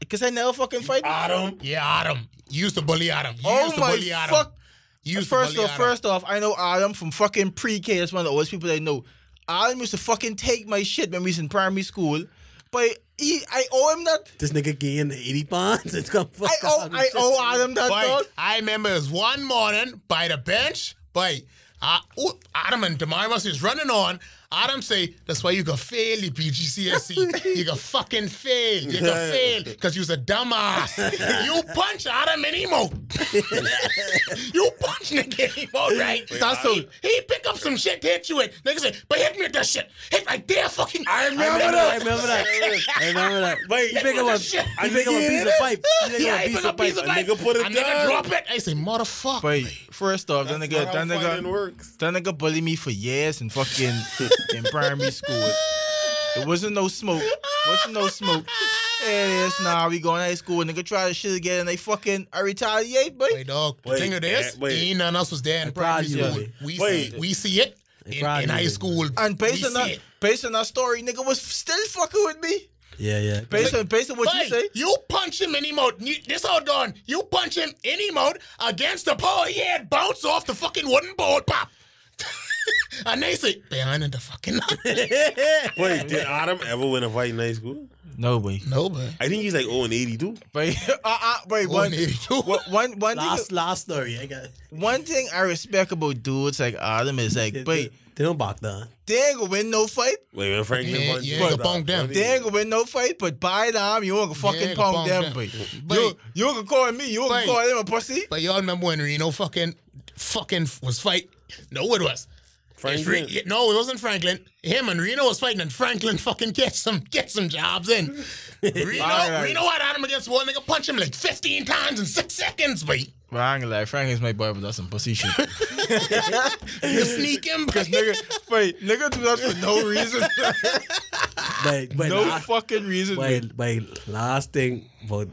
[SPEAKER 4] because I never fucking fight.
[SPEAKER 6] Adam.
[SPEAKER 3] yeah, Adam. You used to bully Adam. ah, You
[SPEAKER 4] Oh
[SPEAKER 3] used to
[SPEAKER 4] my
[SPEAKER 3] bully Adam.
[SPEAKER 4] fuck!
[SPEAKER 3] You used
[SPEAKER 4] first
[SPEAKER 3] to bully
[SPEAKER 4] off,
[SPEAKER 3] Adam.
[SPEAKER 4] first off, I know Adam from fucking pre-K. That's one of the oldest people I know. Adam used to fucking take my shit when we was in primary school, but he, I owe him that.
[SPEAKER 5] This nigga gained 80 pounds. It's come fuck
[SPEAKER 4] I owe,
[SPEAKER 5] out.
[SPEAKER 4] I owe Adam that.
[SPEAKER 3] Boy,
[SPEAKER 4] dog.
[SPEAKER 3] I remember it was one morning by the bench. Boy, uh, ooh, Adam and Demar was just running on. Adam say, that's why you gonna fail the PGCSE. E. you gonna fucking fail. You gonna fail because you's a dumbass. you punch Adam and Emo. you punch nigga Emo, right?
[SPEAKER 4] That's
[SPEAKER 3] he,
[SPEAKER 4] so-
[SPEAKER 3] he pick up some shit, hit you with. Nigga say, but hit me with that shit. Hit my damn fucking. I
[SPEAKER 5] I remember that. I remember that. Wait, you pick up a, you pick up a piece of pipe. You pick
[SPEAKER 3] Yeah,
[SPEAKER 5] up a
[SPEAKER 3] he
[SPEAKER 5] piece
[SPEAKER 3] pick
[SPEAKER 5] of
[SPEAKER 3] up piece
[SPEAKER 5] pipe.
[SPEAKER 3] of pipe.
[SPEAKER 6] nigga put it
[SPEAKER 3] a
[SPEAKER 6] down.
[SPEAKER 3] nigga drop it. I say, motherfucker.
[SPEAKER 4] But first off, that nigga,
[SPEAKER 6] That's
[SPEAKER 4] that
[SPEAKER 6] not how fighting
[SPEAKER 4] nigga,
[SPEAKER 6] works.
[SPEAKER 4] that nigga bullied me for years in fucking in primary school. It wasn't no smoke. Wasn't no smoke. It is nah. We going to high school. Nigga try to shit again, and they fucking I retaliate, boy.
[SPEAKER 3] Wait, dog.
[SPEAKER 6] Wait,
[SPEAKER 3] the thing of this,
[SPEAKER 6] eh, wait.
[SPEAKER 3] ain't none of us was there in
[SPEAKER 5] proud
[SPEAKER 3] primary
[SPEAKER 5] of you,
[SPEAKER 3] school.
[SPEAKER 5] Wade.
[SPEAKER 3] We
[SPEAKER 6] Wait.
[SPEAKER 3] see, we see it. in,
[SPEAKER 5] probably
[SPEAKER 3] in high
[SPEAKER 5] did.
[SPEAKER 3] school.
[SPEAKER 4] And based
[SPEAKER 3] we
[SPEAKER 4] on that,
[SPEAKER 3] see it.
[SPEAKER 4] based on that story, nigga was still fucking with me.
[SPEAKER 5] Yeah, yeah.
[SPEAKER 4] Based on based on what you
[SPEAKER 3] Boy,
[SPEAKER 4] say,
[SPEAKER 3] you punch him in the mouth. You- This all gone. You punch him in the mouth against the pole. He had bounce off the fucking wooden board, pop. and they say, behind in the fucking
[SPEAKER 6] Wait, did Adam ever win a fight in high school?
[SPEAKER 4] no way.
[SPEAKER 3] No, man.
[SPEAKER 6] I think he's like oh, 0 and 82.
[SPEAKER 4] But uh, uh, wait, one,
[SPEAKER 3] 182.
[SPEAKER 4] one, one, one thing,
[SPEAKER 5] Last last story. I got.
[SPEAKER 4] one thing I respect about dudes like Adam is like,
[SPEAKER 5] they,
[SPEAKER 4] wait,
[SPEAKER 5] they don't back down.
[SPEAKER 4] they ain't gonna win no fight.
[SPEAKER 6] Wait, when Franklin
[SPEAKER 3] Yeah,
[SPEAKER 6] punched
[SPEAKER 3] yeah,
[SPEAKER 6] you,
[SPEAKER 3] you
[SPEAKER 6] dog,
[SPEAKER 3] punked them.
[SPEAKER 6] what
[SPEAKER 4] They
[SPEAKER 6] do you-
[SPEAKER 4] ain't gonna win no fight, but by the arm, you ain't gonna fucking
[SPEAKER 3] ain't gonna
[SPEAKER 4] punk
[SPEAKER 3] punk
[SPEAKER 4] them,
[SPEAKER 3] them.
[SPEAKER 4] boy.
[SPEAKER 3] But-
[SPEAKER 4] You, you ain't gonna call me, you ain't gonna
[SPEAKER 3] But-
[SPEAKER 4] call them a pussy.
[SPEAKER 3] But y'all remember when Reno fucking fucking was fight? No, it was. It's Re-
[SPEAKER 6] Franklin.
[SPEAKER 3] yeah, no, it wasn't Franklin. Him and Reno was fighting, and Franklin fucking gets some get some jobs in. Reno,
[SPEAKER 4] All right.
[SPEAKER 3] Reno had Adam against one nigga, punch him like 15 times in six seconds, but you
[SPEAKER 4] But I ain't gonna lie, Frank is my boy, but that's some pussy shit.
[SPEAKER 3] sneak him.
[SPEAKER 4] Cause nigga, wait, nigga do that for no reason,
[SPEAKER 5] But but
[SPEAKER 4] no
[SPEAKER 5] la-
[SPEAKER 4] fucking reason. man.
[SPEAKER 5] but, but last thing about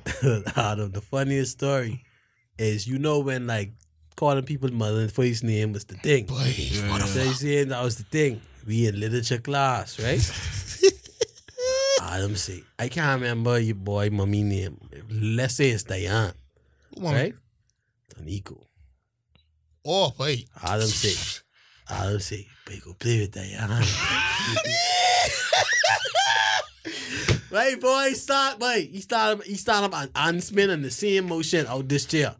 [SPEAKER 5] Adam, the funniest story is you know when like calling people mother and first name was the thing.
[SPEAKER 3] Boy,
[SPEAKER 5] So you see, that was the thing. We in literature class, right? Adam say, I can't remember your boy mommy name. Let's say it's Diane,
[SPEAKER 3] woman.
[SPEAKER 5] right? Tanico.
[SPEAKER 3] Oh, boy.
[SPEAKER 5] Adam say, Adam say, but you go play with Diane. right, boy, he start, boy, he start up, he start up and, and spin in the same motion out this chair.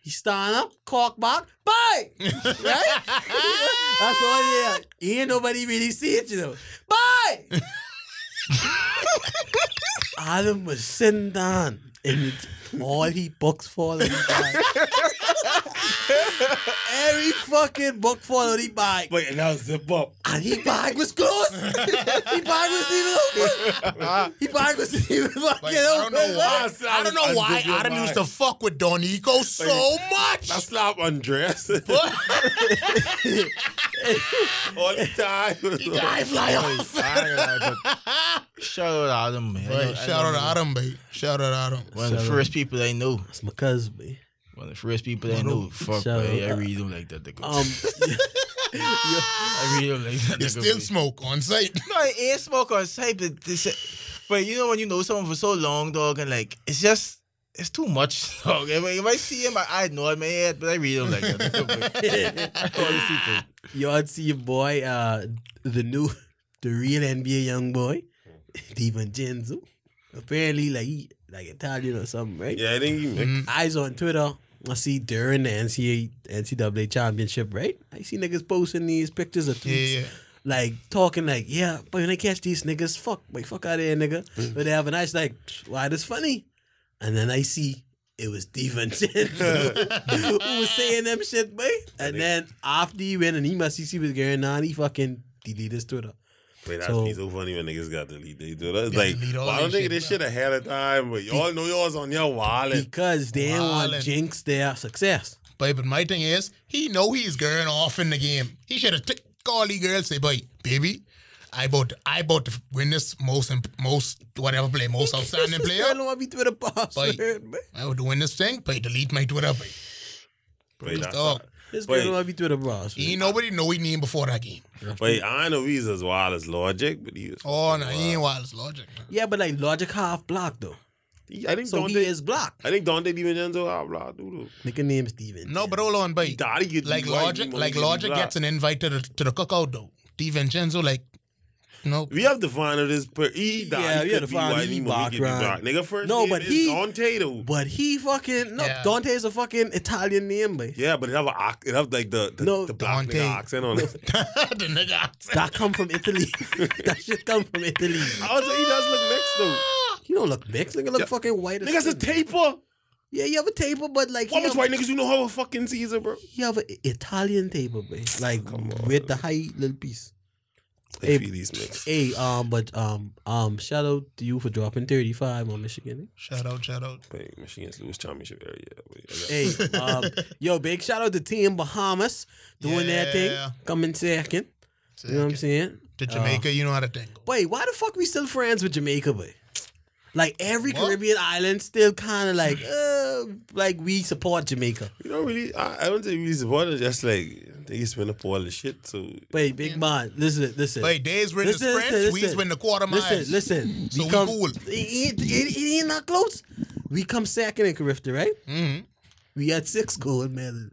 [SPEAKER 5] He stand up, cock back, bye! Right? That's all he had. He ain't nobody really see it, you know. Bye! Adam was sitting down and it, all he books falling down. Every fucking book followed he bag.
[SPEAKER 6] Wait, and that was zip up.
[SPEAKER 5] And he bag was close. he bag was even open. he bag was even fucking
[SPEAKER 3] Like, I don't
[SPEAKER 5] open.
[SPEAKER 3] know why.
[SPEAKER 6] I
[SPEAKER 3] I don't know
[SPEAKER 6] was- I
[SPEAKER 3] why
[SPEAKER 6] did your
[SPEAKER 3] Adam used to
[SPEAKER 6] mind.
[SPEAKER 3] fuck with Donico so
[SPEAKER 6] I
[SPEAKER 3] much.
[SPEAKER 6] slap undressed all the time.
[SPEAKER 3] I fly
[SPEAKER 4] Wait,
[SPEAKER 3] off.
[SPEAKER 4] I ain't gonna lie, but shout out to Adam, man. I know-
[SPEAKER 3] Boy,
[SPEAKER 4] I
[SPEAKER 3] shout
[SPEAKER 4] know-
[SPEAKER 3] out to Adam, babe. Shout out to Adam.
[SPEAKER 4] One of the
[SPEAKER 5] Shout out.
[SPEAKER 4] first people I know.
[SPEAKER 5] That's my cousin, man.
[SPEAKER 4] One of the first people I know. Fuck,
[SPEAKER 5] Shout
[SPEAKER 4] boy,
[SPEAKER 5] out.
[SPEAKER 4] I really don't like that nigga.
[SPEAKER 5] Um,
[SPEAKER 4] I really don't like that
[SPEAKER 3] They
[SPEAKER 4] nigga.
[SPEAKER 3] still
[SPEAKER 4] boy.
[SPEAKER 3] smoke on site.
[SPEAKER 4] No, I ain't smoke on site, but this, but you know when you know someone for so long, dog, and like it's just it's too much, dog. If I, if I see him, I, I know him, yeah, but I really don't like that. nigga, boy. All these people.
[SPEAKER 5] y'all see your boy, uh, the new, the real NBA young boy,
[SPEAKER 3] Hmm.
[SPEAKER 5] DiVincenzo. Apparently, like he like Italian or something, right?
[SPEAKER 6] Yeah, I think
[SPEAKER 3] Mm-hmm.
[SPEAKER 6] you mixed.
[SPEAKER 5] eyes on Twitter. I see during the NCAA, NCAA championship, right? I see niggas posting these pictures of
[SPEAKER 3] Yeah,
[SPEAKER 5] tweets,
[SPEAKER 3] yeah.
[SPEAKER 5] like talking like, yeah, but when I catch these niggas, fuck, like fuck out of here, nigga.
[SPEAKER 3] Mm.
[SPEAKER 5] But they have an ice like, why this funny? And then I see it was DiVincenzo who was saying them shit, boy. And then after he went and he must see was going on, he fucking deleted his Twitter.
[SPEAKER 6] Wait, that's
[SPEAKER 5] So-
[SPEAKER 6] be so funny when niggas got to lead. They do that. It's
[SPEAKER 3] Yeah,
[SPEAKER 6] like,
[SPEAKER 3] delete all
[SPEAKER 6] well, I don't
[SPEAKER 3] that
[SPEAKER 6] think
[SPEAKER 3] shit,
[SPEAKER 6] this shit ahead of time, but y'all know yours on your wallet.
[SPEAKER 5] Because they didn't want
[SPEAKER 3] Wildin'.
[SPEAKER 5] jinx their success.
[SPEAKER 3] Boy, but my thing is, he know he's going off in the game. He should have took all the girls say, boy, baby, I about I about to win this most imp- most whatever play, most outstanding
[SPEAKER 5] I
[SPEAKER 3] player.
[SPEAKER 5] don't want me Twitter password, boy.
[SPEAKER 3] I would win this thing, but delete my Twitter. Boy.
[SPEAKER 6] Wait, that's
[SPEAKER 3] dog.
[SPEAKER 6] not-
[SPEAKER 5] This
[SPEAKER 6] Wait.
[SPEAKER 5] girl don't be Twitter boss.
[SPEAKER 3] He ain't nobody know he name before that game.
[SPEAKER 6] wait, I know he's as wild as Logic, but he was.
[SPEAKER 3] Oh no, he ain't wild as logic.
[SPEAKER 5] Yeah, but like Logic half block though.
[SPEAKER 6] He- I think
[SPEAKER 5] So
[SPEAKER 6] Dante.
[SPEAKER 5] he is block.
[SPEAKER 6] I think Dante DiVincenzo out loud, dude.
[SPEAKER 5] Nigga name is Steven.
[SPEAKER 3] No, but hold on, boy.
[SPEAKER 6] Daddy get
[SPEAKER 3] Like
[SPEAKER 6] white,
[SPEAKER 3] logic,
[SPEAKER 6] money
[SPEAKER 3] like
[SPEAKER 6] get
[SPEAKER 3] logic
[SPEAKER 6] black.
[SPEAKER 3] gets an invite to the to the cookout though. DiVincenzo, like, no,
[SPEAKER 6] We have to find out this. Per- he,
[SPEAKER 5] Yeah,
[SPEAKER 6] Daddy
[SPEAKER 5] we
[SPEAKER 6] could
[SPEAKER 5] have to
[SPEAKER 6] be
[SPEAKER 5] find
[SPEAKER 6] white,
[SPEAKER 5] out
[SPEAKER 6] he
[SPEAKER 5] he
[SPEAKER 6] might get
[SPEAKER 5] background.
[SPEAKER 6] black. Nigga, first
[SPEAKER 5] No,
[SPEAKER 6] name
[SPEAKER 5] but
[SPEAKER 6] is
[SPEAKER 5] he-
[SPEAKER 6] Dante though.
[SPEAKER 5] But he fucking no.
[SPEAKER 3] Yeah.
[SPEAKER 5] Dante is a fucking Italian name, but
[SPEAKER 6] Yeah, but it have a ac- it have like the the,
[SPEAKER 5] No,
[SPEAKER 6] the black
[SPEAKER 3] Dante.
[SPEAKER 6] nigga accent on it.
[SPEAKER 3] the nigga.
[SPEAKER 5] that come from Italy. that shit come from Italy.
[SPEAKER 6] also, he does look mixed though.
[SPEAKER 5] He don't look mixed. Nigga look fucking white. as
[SPEAKER 6] Niggas a
[SPEAKER 5] shit.
[SPEAKER 6] taper.
[SPEAKER 5] yeah, you have a table, but like
[SPEAKER 6] How
[SPEAKER 5] you
[SPEAKER 6] much
[SPEAKER 5] have,
[SPEAKER 6] white niggas you know have a fucking Caesar, bro?
[SPEAKER 5] he have an Italian table, man. Like with the high little piece.
[SPEAKER 6] I
[SPEAKER 5] Hey,
[SPEAKER 6] feel these mixed.
[SPEAKER 5] Hey, um, but um, um, shout out to you for dropping thirty five on Michigan. eh?
[SPEAKER 3] Shout out, shout out.
[SPEAKER 6] Wait, Michigan's Lewis Championship area. Wait, I got-
[SPEAKER 5] Hey, um, yo, big shout out to Team Bahamas doing their
[SPEAKER 3] Yeah.
[SPEAKER 5] thing, coming second. You know what I'm saying?
[SPEAKER 3] To Jamaica, you know how to think.
[SPEAKER 5] Wait, why the fuck we still friends with Jamaica, boy? Like every
[SPEAKER 3] What?
[SPEAKER 5] Caribbean island still kind of like, uh, like we support Jamaica.
[SPEAKER 6] You don't really. I, I don't think really support it. Just like They used to spend up all the shit, so
[SPEAKER 5] Wait, big man, listen, listen.
[SPEAKER 3] Wait, days win
[SPEAKER 5] Listen,
[SPEAKER 3] the sprints,
[SPEAKER 5] listen,
[SPEAKER 3] we's
[SPEAKER 5] listen.
[SPEAKER 3] win the quarter miles.
[SPEAKER 5] Listen, listen.
[SPEAKER 3] So we cool.
[SPEAKER 5] It, it, it, it ain't not close. We come second in Carifta, right? Mm-hmm. We had six gold medals.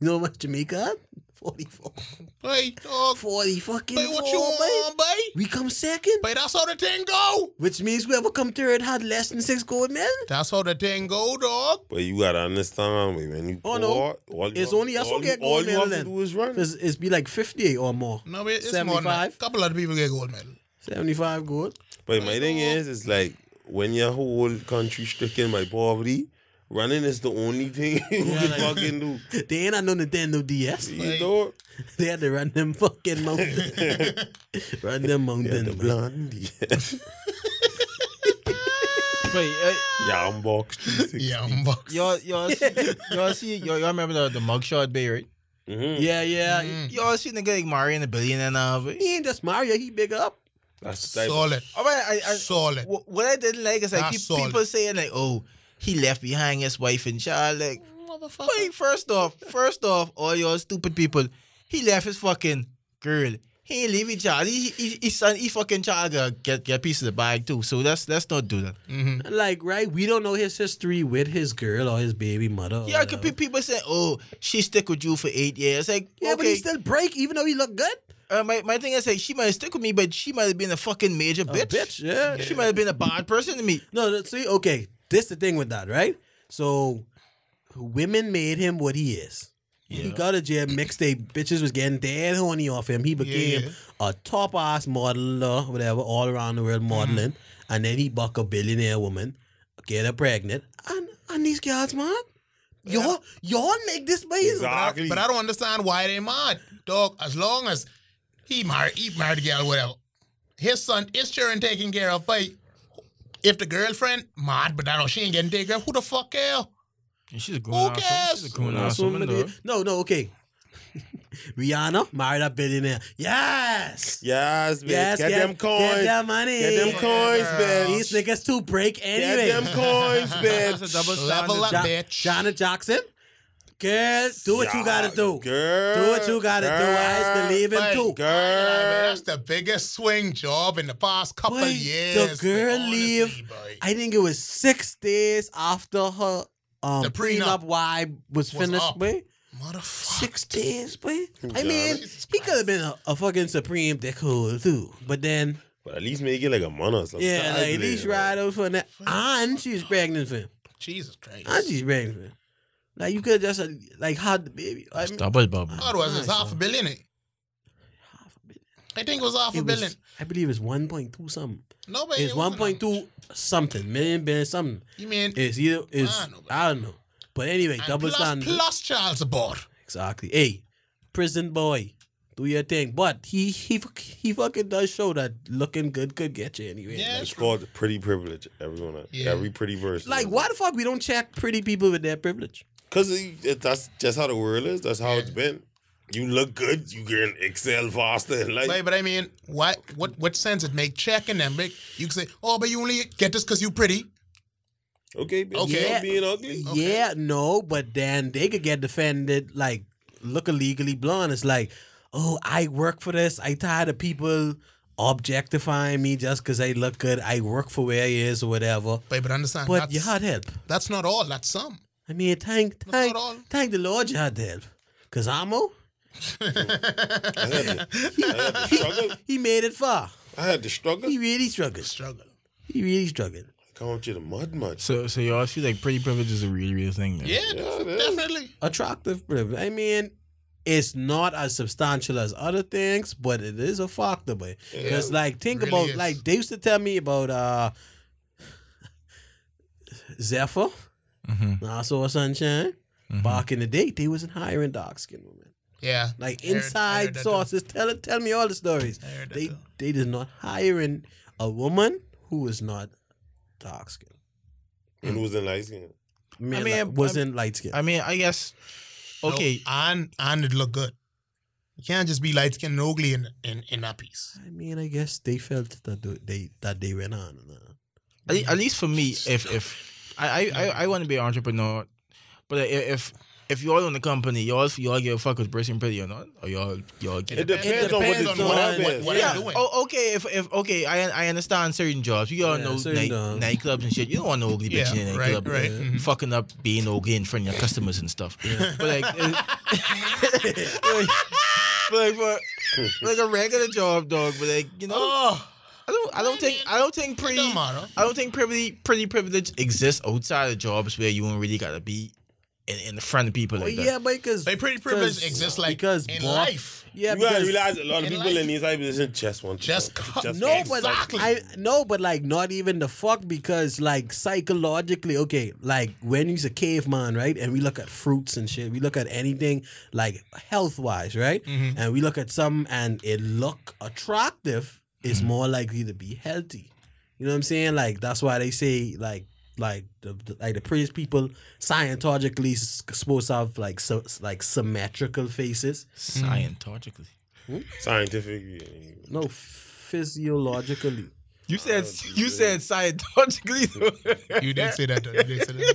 [SPEAKER 5] You know what Jamaica had? 44.
[SPEAKER 3] Hey, dog.
[SPEAKER 5] 40 fucking
[SPEAKER 3] Hey, what you
[SPEAKER 5] four, man.
[SPEAKER 3] want, babe?
[SPEAKER 5] We come second,
[SPEAKER 3] But that's how the thing go.
[SPEAKER 5] which means whoever come third had less than six gold medals.
[SPEAKER 3] That's how the thing go, dog.
[SPEAKER 6] But you gotta understand, man. When you
[SPEAKER 5] Oh,
[SPEAKER 6] pour,
[SPEAKER 5] no.
[SPEAKER 6] all you
[SPEAKER 5] It's
[SPEAKER 6] have-
[SPEAKER 5] only us
[SPEAKER 6] all
[SPEAKER 5] who
[SPEAKER 6] you-
[SPEAKER 5] get
[SPEAKER 6] All
[SPEAKER 5] gold
[SPEAKER 6] you
[SPEAKER 5] medal
[SPEAKER 6] have to
[SPEAKER 5] then.
[SPEAKER 6] do is run.
[SPEAKER 5] It's, it's be like 58 or more.
[SPEAKER 3] No, but it's more than that.
[SPEAKER 5] 75.
[SPEAKER 3] couple other people get gold medal.
[SPEAKER 5] 75 gold.
[SPEAKER 6] But my thing is, it's like when your whole country stricken by poverty, running is the only thing you can
[SPEAKER 5] like-
[SPEAKER 6] fucking do.
[SPEAKER 5] They ain't had no Nintendo DS.
[SPEAKER 6] You know,
[SPEAKER 5] They had to run them fucking mountain. run them
[SPEAKER 6] yeah, the
[SPEAKER 5] mountain. man.
[SPEAKER 6] blondie,
[SPEAKER 4] Wait, uh,
[SPEAKER 6] yeah, box.
[SPEAKER 3] Yeah, I'm box.
[SPEAKER 4] y'all, y'all, see, y'all see, y'all, y'all remember the, the mugshot bay, right?
[SPEAKER 6] Mm-hmm.
[SPEAKER 5] Yeah, yeah.
[SPEAKER 3] Mm.
[SPEAKER 4] Y'all see nigga like Mario and the billionaire now, but
[SPEAKER 5] He ain't just Mario. He big up.
[SPEAKER 6] That's the type. of-
[SPEAKER 3] Solid.
[SPEAKER 4] All right, Oh, I, I,
[SPEAKER 3] Solid.
[SPEAKER 4] wh- what I didn't like is like
[SPEAKER 3] That's
[SPEAKER 4] peop-
[SPEAKER 3] solid.
[SPEAKER 4] people saying like, oh, he left behind his wife and child. Like, wait, first off, first off, all y'all stupid people, he left his fucking girl. He ain't leaving child. He, he, his son, he fucking child gotta get get a piece of the bag too. So that's let's not do that.
[SPEAKER 5] Mm. Like, right? We don't know his history with his girl or his baby mother. or
[SPEAKER 4] Yeah, could
[SPEAKER 5] whatever.
[SPEAKER 4] be people say, oh, she stick with you for eight years. Like,
[SPEAKER 5] Yeah, but
[SPEAKER 4] okay,
[SPEAKER 5] he still break even though he look good.
[SPEAKER 4] uh, my my thing is like she might stick with me, but she might have been a fucking major
[SPEAKER 5] A
[SPEAKER 4] bitch.
[SPEAKER 5] bitch, yeah.
[SPEAKER 4] She might have been a bad person to me.
[SPEAKER 5] No, no, see, okay. This the thing with that, right? So, women made him what he is. He got a jail mixtape. Bitches was getting dead horny off him. He became
[SPEAKER 3] yeah.
[SPEAKER 5] a top ass modeler, whatever, all around the world modeling.
[SPEAKER 3] Mm-hmm.
[SPEAKER 5] And then he buck a billionaire woman, get her pregnant, and and these guys, man, y'all y'all make this business.
[SPEAKER 6] Exactly.
[SPEAKER 3] But I don't understand why they mad, dog. As long as he married, he married a girl, whatever. His son is sure and taken care of. But if the girlfriend mad, but I don't, she ain't getting taken care of. Who the fuck care?
[SPEAKER 4] She's a
[SPEAKER 3] Who cares?
[SPEAKER 5] That's what I'm gonna do. No, no, okay. Rihanna married a billionaire. Yes.
[SPEAKER 6] Yes, man.
[SPEAKER 5] Yes,
[SPEAKER 6] get, them coins.
[SPEAKER 5] Get them money.
[SPEAKER 6] Get them coins, man.
[SPEAKER 5] These niggas too break
[SPEAKER 6] Get
[SPEAKER 5] anyway.
[SPEAKER 6] them coins,
[SPEAKER 4] That's a
[SPEAKER 6] bitch.
[SPEAKER 4] double
[SPEAKER 3] Level
[SPEAKER 4] standard.
[SPEAKER 3] up,
[SPEAKER 5] Ja-
[SPEAKER 3] bitch.
[SPEAKER 5] Janet Jackson. Girl, do what you gotta do.
[SPEAKER 6] Girl.
[SPEAKER 5] Do what you gotta do. I used to leave him
[SPEAKER 3] Hey,
[SPEAKER 5] too.
[SPEAKER 6] girl.
[SPEAKER 3] That's the biggest swing job in the past couple
[SPEAKER 5] Boy,
[SPEAKER 3] years.
[SPEAKER 5] the girl
[SPEAKER 3] honestly,
[SPEAKER 5] leave.
[SPEAKER 3] boy.
[SPEAKER 5] I think it was six days after her um,
[SPEAKER 3] The prenup
[SPEAKER 5] prenup wife was, finished,
[SPEAKER 3] up.
[SPEAKER 5] boy.
[SPEAKER 3] Motherfucker.
[SPEAKER 5] Six days, boy. I
[SPEAKER 6] God.
[SPEAKER 5] mean,
[SPEAKER 3] Jesus
[SPEAKER 5] he could have been a, a fucking supreme dickhole too. But then,
[SPEAKER 6] But at least make it like a month or something.
[SPEAKER 5] yeah, like at least ride over for that. And she was pregnant for him.
[SPEAKER 3] Jesus Christ.
[SPEAKER 5] And she's pregnant for him. Like you could just uh, like hug the baby. I mean,
[SPEAKER 4] Double bubble.
[SPEAKER 3] Otherwise, it's half a billion. eh?
[SPEAKER 5] half a billion.
[SPEAKER 3] I think it was half a
[SPEAKER 5] It
[SPEAKER 3] billion.
[SPEAKER 5] was, I believe it's one point two something.
[SPEAKER 3] No, but
[SPEAKER 5] It's
[SPEAKER 3] it wasn't
[SPEAKER 5] one point two something million billion something.
[SPEAKER 3] a- You mean
[SPEAKER 5] It's either is
[SPEAKER 3] don't know,
[SPEAKER 5] I don't know, but anyway,
[SPEAKER 3] and
[SPEAKER 5] double
[SPEAKER 3] plus,
[SPEAKER 5] standard.
[SPEAKER 3] plus child support.
[SPEAKER 5] Exactly. Hey, prison boy, do your thing. But he he fuck- he fucking does show that looking good could get you anyway.
[SPEAKER 3] Yeah.
[SPEAKER 6] It's called the pretty privilege. Everyone,
[SPEAKER 3] Yeah.
[SPEAKER 6] every pretty person.
[SPEAKER 5] Like, like why the fuck we don't check pretty people with their privilege?
[SPEAKER 6] Because that's just how the world is. That's how it's been. You look good, you can excel faster in life.
[SPEAKER 3] But, but I mean, what what what sense it make checking them? Make you can say, oh, but you only get this because you pretty.
[SPEAKER 6] Okay, bitch.
[SPEAKER 3] Okay.
[SPEAKER 6] Okay.
[SPEAKER 5] Yeah.
[SPEAKER 6] being ugly.
[SPEAKER 5] Yeah, no, but then they could get defended like look illegally blonde. It's like, oh, I work for this. I tired of people objectifying me just because I look good. I work for where it is or whatever.
[SPEAKER 3] But but understand,
[SPEAKER 5] But
[SPEAKER 3] that's,
[SPEAKER 5] you had help.
[SPEAKER 3] that's not all. That's some.
[SPEAKER 5] I mean, thank
[SPEAKER 3] Not
[SPEAKER 5] thank,
[SPEAKER 3] all.
[SPEAKER 5] thank the Lord you had help. Cause Amo,
[SPEAKER 6] I had, to, I had to struggle.
[SPEAKER 5] he made it far.
[SPEAKER 6] I had to struggle.
[SPEAKER 5] He really struggled.
[SPEAKER 3] Struggle.
[SPEAKER 5] He really struggled.
[SPEAKER 6] Come on to the mud, mud.
[SPEAKER 4] So, so y'all feel like pretty privilege is a real, real thing. Then.
[SPEAKER 3] Yeah,
[SPEAKER 6] it is.
[SPEAKER 3] definitely.
[SPEAKER 5] Attractive privilege. I mean, it's not as substantial as other things, but it is a factor, boy. Because like think
[SPEAKER 3] really
[SPEAKER 5] about
[SPEAKER 3] is.
[SPEAKER 5] like they used to tell me about uh Zephyr,
[SPEAKER 4] Mm-hmm.
[SPEAKER 5] Nassau Sunshine. Back in the day, they wasn't hiring dark skinned women.
[SPEAKER 3] Yeah.
[SPEAKER 5] Like
[SPEAKER 3] I heard- I heard
[SPEAKER 5] inside
[SPEAKER 3] that
[SPEAKER 5] sources, tell tell me all the stories.
[SPEAKER 3] heard that
[SPEAKER 5] They
[SPEAKER 3] too.
[SPEAKER 5] they did not hiring a woman who is not dark skinned.
[SPEAKER 6] And who's in light skin?
[SPEAKER 5] Man,
[SPEAKER 4] I
[SPEAKER 5] I
[SPEAKER 4] mean, I'm-
[SPEAKER 5] wasn't light skinned.
[SPEAKER 4] I mean, I guess.
[SPEAKER 3] too.
[SPEAKER 4] Okay,
[SPEAKER 3] No, and and it look good. You can't just be light skinned and ugly in in, in that piece.
[SPEAKER 5] I mean, I guess they felt that th- they that they went on. and on.
[SPEAKER 4] at le- at least for me, if if I I, I, I want to be an entrepreneur, but i- if if y'all in the company, y'all y'all give a fuck with Bracing Pretty or not, or y'all y'all get
[SPEAKER 6] It depends,
[SPEAKER 5] depends
[SPEAKER 6] on what
[SPEAKER 5] on
[SPEAKER 6] the job
[SPEAKER 5] what-
[SPEAKER 6] is.
[SPEAKER 3] what-
[SPEAKER 4] yeah.
[SPEAKER 3] I'm doing.
[SPEAKER 4] Oh, okay. If, if okay, I I understand certain jobs. You all
[SPEAKER 5] Yeah,
[SPEAKER 4] know
[SPEAKER 5] certain
[SPEAKER 4] night,
[SPEAKER 5] jobs.
[SPEAKER 4] nightclubs and shit. You don't want no ugly bitch
[SPEAKER 3] Yeah,
[SPEAKER 4] in a
[SPEAKER 3] right,
[SPEAKER 4] nightclub,
[SPEAKER 3] right. Mhm.
[SPEAKER 4] fucking up, being ugly in front of your customers and stuff. But like, it- like, but like, for- like a regular job, dog. But like, you know,
[SPEAKER 3] Oh,
[SPEAKER 4] I don't, I don't think, I don't think pretty,
[SPEAKER 3] don't matter.
[SPEAKER 4] I don't think pretty, pretty privilege exists outside of jobs where you don't really gotta be in, in the front of people like
[SPEAKER 5] Well,
[SPEAKER 4] that.
[SPEAKER 5] yeah, but because
[SPEAKER 3] Like, pretty privilege exists, like, in
[SPEAKER 5] bo-
[SPEAKER 3] life.
[SPEAKER 5] Yeah,
[SPEAKER 6] You gotta
[SPEAKER 5] because-
[SPEAKER 6] realize a lot of
[SPEAKER 3] in
[SPEAKER 6] people
[SPEAKER 3] life-
[SPEAKER 6] in these high positions just want to
[SPEAKER 3] Just
[SPEAKER 6] fuck.
[SPEAKER 3] cut-
[SPEAKER 5] no, but like,
[SPEAKER 3] Exactly.
[SPEAKER 5] I no, but like not even the fuck because like psychologically, okay, like when he's a caveman, right, and we look at fruits and shit, we look at anything like health wise, right, and we look at some and it look attractive, it's more likely to be healthy. You know what I'm saying? Like that's why they say like like the, the- like the prettiest people scientologically s- supposed to have like so like symmetrical faces.
[SPEAKER 4] Mm. Scientologically.
[SPEAKER 6] scientifically.
[SPEAKER 5] No, physiologically.
[SPEAKER 4] You
[SPEAKER 5] Oh,
[SPEAKER 4] said you said scientologically.
[SPEAKER 3] You did say that. though. You did say that.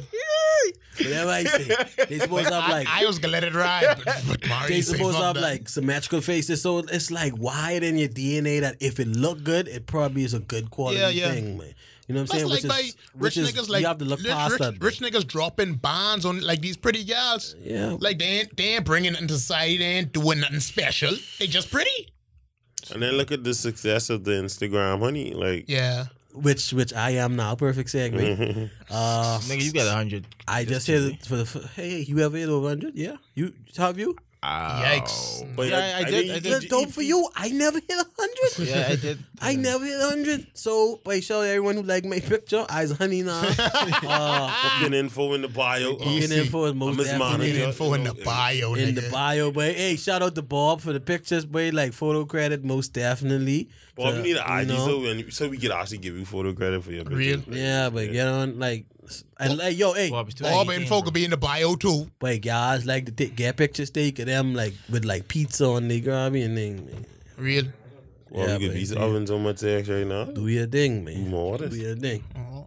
[SPEAKER 5] Whatever I say, they supposed to
[SPEAKER 3] I,
[SPEAKER 5] have like
[SPEAKER 3] I was gonna let it ride, but, but Mario
[SPEAKER 5] they
[SPEAKER 3] said,
[SPEAKER 5] supposed
[SPEAKER 3] "Fuck
[SPEAKER 5] to have
[SPEAKER 3] that."
[SPEAKER 5] like symmetrical faces. So it's like wired in your DNA that if it look good, it probably is a good quality
[SPEAKER 3] Yeah, yeah.
[SPEAKER 5] thing, man. You know what I'm
[SPEAKER 3] That's like
[SPEAKER 5] saying? Which
[SPEAKER 3] by
[SPEAKER 5] is-
[SPEAKER 3] rich
[SPEAKER 5] which is-
[SPEAKER 3] niggas like
[SPEAKER 5] you have to look
[SPEAKER 3] rich,
[SPEAKER 5] past
[SPEAKER 3] rich-
[SPEAKER 5] that.
[SPEAKER 3] rich niggas dropping bonds on like these pretty gals.
[SPEAKER 5] Yeah.
[SPEAKER 3] Like they ain't they ain't bringing nothing to society. They ain't doing nothing special. They just pretty.
[SPEAKER 6] And then look at the success of the Instagram, honey. Like,
[SPEAKER 3] Yeah.
[SPEAKER 5] which which I am now. Perfect
[SPEAKER 3] Mm-hmm.
[SPEAKER 5] segue. uh,
[SPEAKER 4] Nigga, you got a hundred.
[SPEAKER 5] I just hit it for the f- hey. You ever hit over hundred? Yeah. You have you? Oh.
[SPEAKER 3] Yikes.
[SPEAKER 6] but
[SPEAKER 4] Yeah, I did-
[SPEAKER 6] think
[SPEAKER 4] I
[SPEAKER 6] you
[SPEAKER 4] did.
[SPEAKER 5] Just don't for you. I never hit hundred.
[SPEAKER 4] Yeah, I did.
[SPEAKER 5] I never hit hundred. So I show everyone who like my picture. I's honey now. uh,
[SPEAKER 6] fucking info in the bio.
[SPEAKER 5] in
[SPEAKER 6] Um,
[SPEAKER 5] info is most
[SPEAKER 6] Miss Monica.
[SPEAKER 5] definitely
[SPEAKER 3] Fucking info in the
[SPEAKER 6] Yeah.
[SPEAKER 3] bio,
[SPEAKER 5] in the
[SPEAKER 3] nigga.
[SPEAKER 5] bio, but hey, shout out to Bob for the pictures, boy. Like photo credit, most definitely.
[SPEAKER 6] Bob,
[SPEAKER 5] To,
[SPEAKER 6] we need an
[SPEAKER 5] you
[SPEAKER 6] ID
[SPEAKER 5] know,
[SPEAKER 6] so, we, so we could actually give you photo credit for your
[SPEAKER 3] Real.
[SPEAKER 6] pictures.
[SPEAKER 5] yeah, but get on like and like yo, hey,
[SPEAKER 4] Bob, it's too
[SPEAKER 3] Bob
[SPEAKER 4] late.
[SPEAKER 3] and folk could be in the bio too.
[SPEAKER 5] but guys like to take get pictures taken them like with like pizza on the grabby and thing. Man.
[SPEAKER 3] Real.
[SPEAKER 6] Well,
[SPEAKER 5] Yeah,
[SPEAKER 6] we could
[SPEAKER 5] but
[SPEAKER 6] these
[SPEAKER 5] yeah.
[SPEAKER 6] ovens on my text right now.
[SPEAKER 5] Do your thing, man.
[SPEAKER 6] More
[SPEAKER 5] Do
[SPEAKER 6] orders.
[SPEAKER 5] your thing.
[SPEAKER 3] Oh.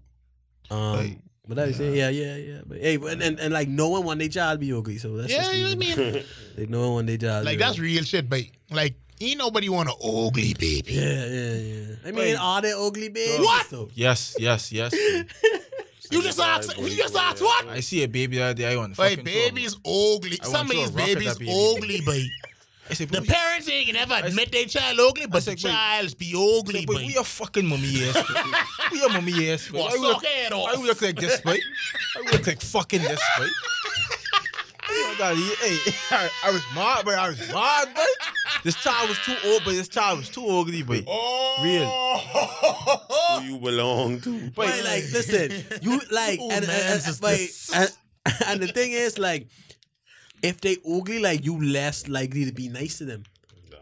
[SPEAKER 5] Um, but I was saying, yeah, yeah, yeah. But hey, but, and, and like no one want their child be ugly, so that's
[SPEAKER 3] Yeah,
[SPEAKER 5] just,
[SPEAKER 3] you know what I mean.
[SPEAKER 5] Like no one want their child.
[SPEAKER 3] like
[SPEAKER 5] be
[SPEAKER 3] that's real shit, but like ain't nobody want an ugly baby.
[SPEAKER 5] Yeah, yeah, yeah. I mean, are they ugly babies?
[SPEAKER 3] What?
[SPEAKER 5] though?
[SPEAKER 4] Yes, yes, yes.
[SPEAKER 3] You just asked. You just asked what?
[SPEAKER 4] I see a baby the other day. I want to
[SPEAKER 3] Wait, baby's ugly.
[SPEAKER 4] I
[SPEAKER 3] Some
[SPEAKER 4] want
[SPEAKER 3] of
[SPEAKER 4] you
[SPEAKER 3] these
[SPEAKER 4] to rock at
[SPEAKER 3] babies
[SPEAKER 4] that baby.
[SPEAKER 3] ugly, but
[SPEAKER 4] I said,
[SPEAKER 3] the
[SPEAKER 4] but we-
[SPEAKER 3] parents ain't never admit they child ugly, but the
[SPEAKER 4] said, but-
[SPEAKER 3] child be
[SPEAKER 4] I
[SPEAKER 3] ugly,
[SPEAKER 4] said,
[SPEAKER 3] but
[SPEAKER 4] but we are fucking mummy ass. boy. we are mummy ass. boy.
[SPEAKER 3] Well,
[SPEAKER 4] Why we look-
[SPEAKER 3] suck it off.
[SPEAKER 4] Why we look like this, boy? Why we look like fucking this, boy? Oh, God, he- Hey, I, I was mad, but I was mad, boy. This child was too old, but this child was too ugly, boy.
[SPEAKER 3] Oh,
[SPEAKER 6] Who you belong to?
[SPEAKER 5] But like, listen, you like,
[SPEAKER 3] Ooh,
[SPEAKER 5] and, and,
[SPEAKER 3] man,
[SPEAKER 5] and,
[SPEAKER 3] this-
[SPEAKER 5] but-
[SPEAKER 3] this-
[SPEAKER 5] and, and the thing is, like, if they ugly, like, you less likely to be nice to them.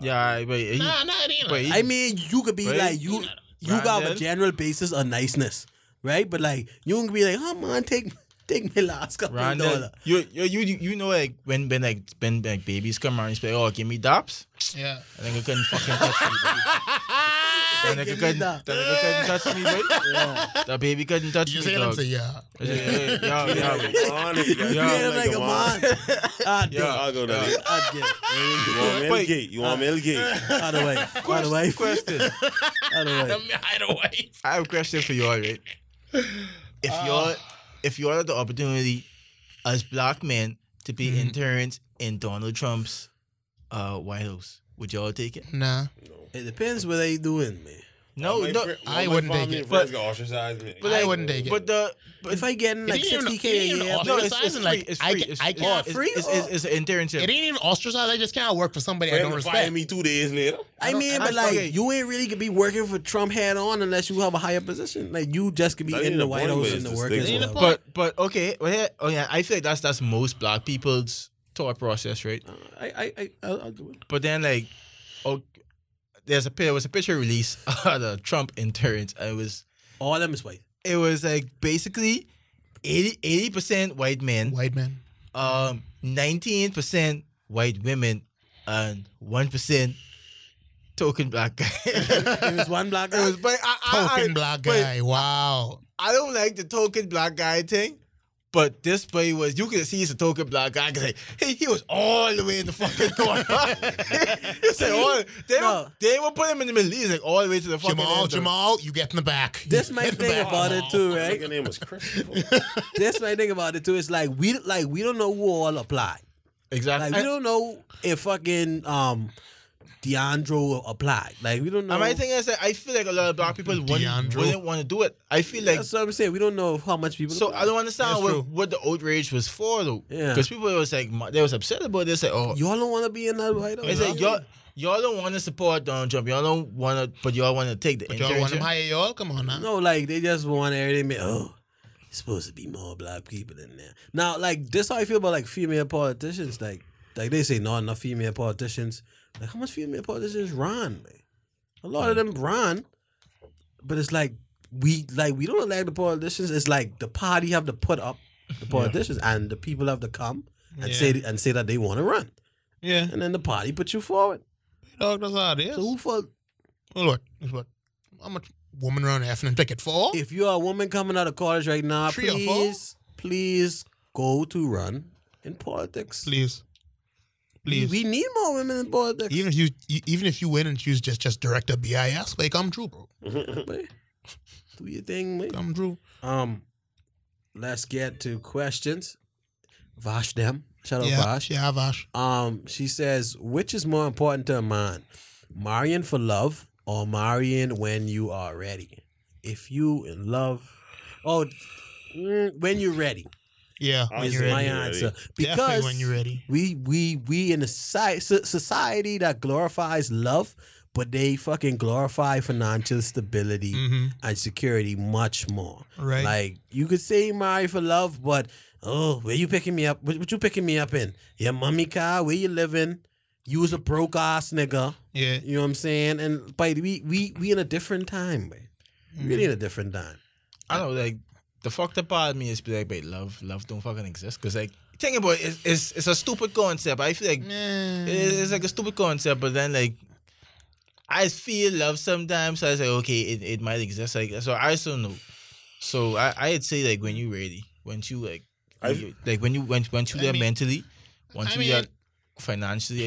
[SPEAKER 4] Yeah, but he,
[SPEAKER 3] Nah, nah, it ain't.
[SPEAKER 4] but
[SPEAKER 3] Like,
[SPEAKER 4] he,
[SPEAKER 5] I mean, you could be
[SPEAKER 4] Right.
[SPEAKER 5] like, you, you
[SPEAKER 4] Right,
[SPEAKER 5] got a
[SPEAKER 4] then.
[SPEAKER 5] general basis of niceness, right? But like, you don't be like, oh man, take, take my last couple of
[SPEAKER 4] Rhonda,
[SPEAKER 5] dollar.
[SPEAKER 4] you, you you you know like when when like when like babies come around, you say, "Oh, give me daps,"
[SPEAKER 3] yeah.
[SPEAKER 4] and then you couldn't fucking touch me. That nigga
[SPEAKER 5] Give me
[SPEAKER 4] couldn't,
[SPEAKER 5] that.
[SPEAKER 4] that nigga couldn't touch me, boy. That baby couldn't touch
[SPEAKER 3] You just
[SPEAKER 4] me,
[SPEAKER 3] hear them
[SPEAKER 4] dog.
[SPEAKER 3] say, yeah.
[SPEAKER 4] I said, "Hey, yeah, yeah,
[SPEAKER 6] Yeah,
[SPEAKER 4] yeah.
[SPEAKER 6] like, honestly, like,
[SPEAKER 4] Yeah,
[SPEAKER 5] Yeah, like a man. I'd do it.
[SPEAKER 4] Yeah.
[SPEAKER 6] I'll go there.
[SPEAKER 5] I'd get it.
[SPEAKER 6] You want
[SPEAKER 4] Wait.
[SPEAKER 6] Melgate? You want Melgate?
[SPEAKER 5] Out of the way. Out of the way.
[SPEAKER 4] Question.
[SPEAKER 5] Out of the way.
[SPEAKER 3] Hideaway.
[SPEAKER 4] I have a question for you all, right? If you're if you all had the opportunity as black men to be interns in Donald Trump's uh, White House, would y'all take it?
[SPEAKER 3] Nah.
[SPEAKER 5] It depends what they doing, man.
[SPEAKER 4] No,
[SPEAKER 6] My
[SPEAKER 4] no.
[SPEAKER 6] fri-
[SPEAKER 3] I
[SPEAKER 6] my
[SPEAKER 3] wouldn't
[SPEAKER 6] family
[SPEAKER 3] take it,
[SPEAKER 6] and
[SPEAKER 4] but-
[SPEAKER 6] friends got ostracized me.
[SPEAKER 3] But I wouldn't take it.
[SPEAKER 4] But the but
[SPEAKER 5] If I getting like
[SPEAKER 3] ain't even- it
[SPEAKER 5] 60k a
[SPEAKER 3] ain't oh, even
[SPEAKER 5] year,
[SPEAKER 3] off-
[SPEAKER 5] bro,
[SPEAKER 4] no, it's, it's
[SPEAKER 3] ostracizing,
[SPEAKER 4] free.
[SPEAKER 3] like,
[SPEAKER 4] it's
[SPEAKER 3] I
[SPEAKER 4] free.
[SPEAKER 3] can-
[SPEAKER 4] it's,
[SPEAKER 3] I
[SPEAKER 4] it's-
[SPEAKER 3] can-
[SPEAKER 4] it's-
[SPEAKER 5] free
[SPEAKER 4] It's,
[SPEAKER 5] or-
[SPEAKER 4] it's, it's an internship.
[SPEAKER 3] It ain't even ostracized. I just can't work for somebody I don't
[SPEAKER 6] Friends
[SPEAKER 3] respect.
[SPEAKER 6] fired me two days later.
[SPEAKER 5] I mean,
[SPEAKER 4] I
[SPEAKER 5] but
[SPEAKER 4] don't-
[SPEAKER 5] like
[SPEAKER 4] okay.
[SPEAKER 5] you ain't really gonna be working for Trump hat on unless you have a higher position. Like you just could be
[SPEAKER 6] That ain't
[SPEAKER 5] in the
[SPEAKER 6] the
[SPEAKER 5] White
[SPEAKER 6] point,
[SPEAKER 5] House
[SPEAKER 6] but
[SPEAKER 5] and the
[SPEAKER 6] it's
[SPEAKER 5] work
[SPEAKER 6] just
[SPEAKER 5] as
[SPEAKER 6] things
[SPEAKER 5] well.
[SPEAKER 3] like-
[SPEAKER 4] But but okay, well, yeah, oh yeah, I feel like that's that's most black people's thought process, right?
[SPEAKER 5] I, I, I, I'll, I'll do it.
[SPEAKER 4] But then like, oh, there's a pi- there was a picture release of the Trump interns. and It was
[SPEAKER 5] All them is white.
[SPEAKER 4] it was like basically 80 percent white men,
[SPEAKER 3] White man.
[SPEAKER 4] um, nineteen percent white women, and one percent token black guy. it
[SPEAKER 5] It was one black guy.
[SPEAKER 4] was, but I, I,
[SPEAKER 3] Token
[SPEAKER 4] I,
[SPEAKER 3] black
[SPEAKER 4] but
[SPEAKER 3] guy. Wow.
[SPEAKER 4] I don't like the token black guy thing. But this play was, you could see he's a token black guy. I could say, hey, he was all the way in the fucking corner. you say, all, they,
[SPEAKER 5] No.
[SPEAKER 4] will, they will put him in the middle. He's like all the way to the fucking
[SPEAKER 3] Jamal,
[SPEAKER 4] end zone.
[SPEAKER 3] Jamal, you get in the back.
[SPEAKER 5] This
[SPEAKER 3] You
[SPEAKER 5] my
[SPEAKER 3] get in the
[SPEAKER 5] thing
[SPEAKER 3] back.
[SPEAKER 5] about it too, right?
[SPEAKER 6] Your name was Chris.
[SPEAKER 5] This my thing about it too. It's like we like we don't know who all apply.
[SPEAKER 4] Exactly.
[SPEAKER 5] Like we don't know if fucking um DeAndre applied. Like we don't know.
[SPEAKER 4] And my thing is that I feel like a lot of black people wouldn't,
[SPEAKER 3] DeAndre.
[SPEAKER 4] wouldn't want to do it. I feel like
[SPEAKER 5] That's what I'm saying. We don't know how much people.
[SPEAKER 4] so I don't
[SPEAKER 3] That's
[SPEAKER 4] understand
[SPEAKER 3] true.
[SPEAKER 4] what, what the outrage was for though.
[SPEAKER 5] Yeah.
[SPEAKER 4] Because people was like ma- they was upset about this. Like oh,
[SPEAKER 5] y'all don't want to be in that right?
[SPEAKER 4] I said y'all y'all don't want to support Donald Trump. Y'all don't want to, but y'all want to take the.
[SPEAKER 3] But y'all want him higher, y'all? Come on now.
[SPEAKER 5] No, like they just want everything. ma- Oh, it's supposed to be more black people in there. Now, like this, how I feel about like female politicians. Like, like they say not enough female politicians. Like, how much female politicians run? Man? A lot of them run, but it's like we like we don't elect the politicians. It's like the party have to put up the politicians, and the people have to come and
[SPEAKER 3] Yeah.
[SPEAKER 5] say and say that they want to run,
[SPEAKER 3] Yeah,
[SPEAKER 5] and then the party put you forward.
[SPEAKER 3] dog, that's how it is.
[SPEAKER 5] So who for?
[SPEAKER 3] Well, look, that's what. How much woman run effing and ticket for?
[SPEAKER 5] If you are a woman coming out of college right now,
[SPEAKER 3] Three or four?
[SPEAKER 5] please, please go to run in politics.
[SPEAKER 3] Please,
[SPEAKER 5] We,
[SPEAKER 3] please.
[SPEAKER 5] we need more women in politics.
[SPEAKER 3] even if you, e- even if you win and choose just just director BIS, like I'm true, bro.
[SPEAKER 5] But do your thing, man.
[SPEAKER 3] I'm true.
[SPEAKER 5] Um, let's get to questions. Vash them. Shout out
[SPEAKER 3] yeah,
[SPEAKER 5] Vash.
[SPEAKER 3] yeah, Vash.
[SPEAKER 5] Um, she says, which is more important to a man, marrying for love or marrying when you are ready? If you in love, oh, mm, when you're ready.
[SPEAKER 3] Yeah, when
[SPEAKER 5] is
[SPEAKER 3] you're
[SPEAKER 5] my
[SPEAKER 3] ready.
[SPEAKER 5] answer
[SPEAKER 3] Definitely
[SPEAKER 5] because
[SPEAKER 3] when you're ready.
[SPEAKER 5] we we we in a soci- so- society that glorifies love, but they fucking glorify financial stability
[SPEAKER 3] Mm-hmm.
[SPEAKER 5] and security much more.
[SPEAKER 3] Right.
[SPEAKER 5] Like you could say you married for love, but oh, where you picking me up? What, what you picking me up in? Your mommy car? Where you living? You was a broke ass nigga.
[SPEAKER 3] Yeah.
[SPEAKER 5] You know what I'm saying? And but we we we in a different time, man.
[SPEAKER 3] Mm.
[SPEAKER 5] Really in a different time.
[SPEAKER 4] I don't know, like the fucked up part of me is be like, wait, love, love don't fucking exist. Cause like, think about it, it's, it's, it's a stupid concept. I feel like it- it's
[SPEAKER 3] Mm.
[SPEAKER 4] like a stupid concept, but then like, I feel love sometimes. So I say, okay, it, it might exist. Like, so I still know. So I I'd say like when you ready, once you like,
[SPEAKER 6] I've-
[SPEAKER 4] you- like when you when once you
[SPEAKER 3] I
[SPEAKER 4] there
[SPEAKER 3] mean-
[SPEAKER 4] mentally, once
[SPEAKER 3] I
[SPEAKER 4] you
[SPEAKER 3] mean-
[SPEAKER 4] there financially,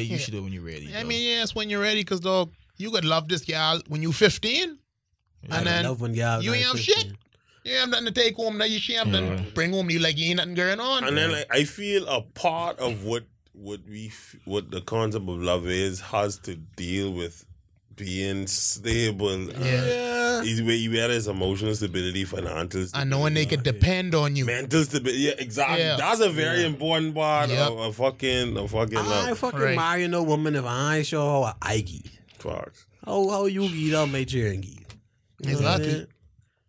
[SPEAKER 4] you should do it when you're ready.
[SPEAKER 3] I
[SPEAKER 4] though.
[SPEAKER 3] mean, yes, when you're ready, cause dog, you could love this gal when you 15.
[SPEAKER 5] I
[SPEAKER 3] And then
[SPEAKER 5] love when y'all
[SPEAKER 3] you
[SPEAKER 5] like
[SPEAKER 3] ain't have
[SPEAKER 5] this,
[SPEAKER 3] shit.
[SPEAKER 5] man.
[SPEAKER 3] You ain't have nothing to take home. Now you she ain't have nothing to bring home. You like you ain't nothing going on.
[SPEAKER 6] And then like, I feel a part of what what we f- what the concept of love is has to deal with being stable.
[SPEAKER 3] yeah.
[SPEAKER 6] Uh, is where you had is emotional stability, financial
[SPEAKER 3] I
[SPEAKER 6] stability,
[SPEAKER 3] know, and they could depend on you.
[SPEAKER 6] mental stability. Yeah, exactly.
[SPEAKER 3] Yeah.
[SPEAKER 6] That's a very important part
[SPEAKER 3] Yep.
[SPEAKER 6] of a fucking a fucking uh,
[SPEAKER 5] I
[SPEAKER 6] love.
[SPEAKER 5] fucking
[SPEAKER 3] Right.
[SPEAKER 5] marry no woman if I ain't sure how I get.
[SPEAKER 6] Fuck.
[SPEAKER 5] How how you get out my cheeringy.
[SPEAKER 3] Exactly.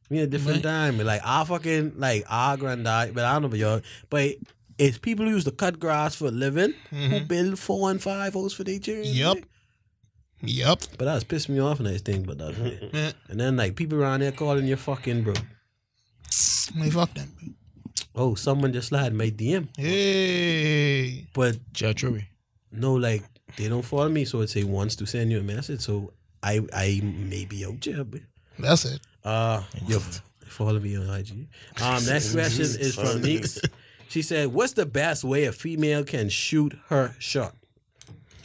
[SPEAKER 5] We in a different time. Like I fucking like our granddad, but I don't know about y'all. But it's people who used to cut grass for a living who build four and five hoes for their cheering.
[SPEAKER 3] Yep. Yep.
[SPEAKER 5] But that's pissed me off and this thing, but that's it.
[SPEAKER 3] Yeah.
[SPEAKER 5] and then like people around there calling you fucking bro.
[SPEAKER 3] Hey, fuck them.
[SPEAKER 5] Oh, someone just lied my DM.
[SPEAKER 3] Hey.
[SPEAKER 5] But
[SPEAKER 4] Judge Ruby.
[SPEAKER 5] no, like they don't follow me, so it say wants to send you a message. So I I may be out there, but
[SPEAKER 3] That's it.
[SPEAKER 5] Uh, yo, follow me on IG. Um, next question is from Neeks. She said, "What's the best way a female can shoot her shot?"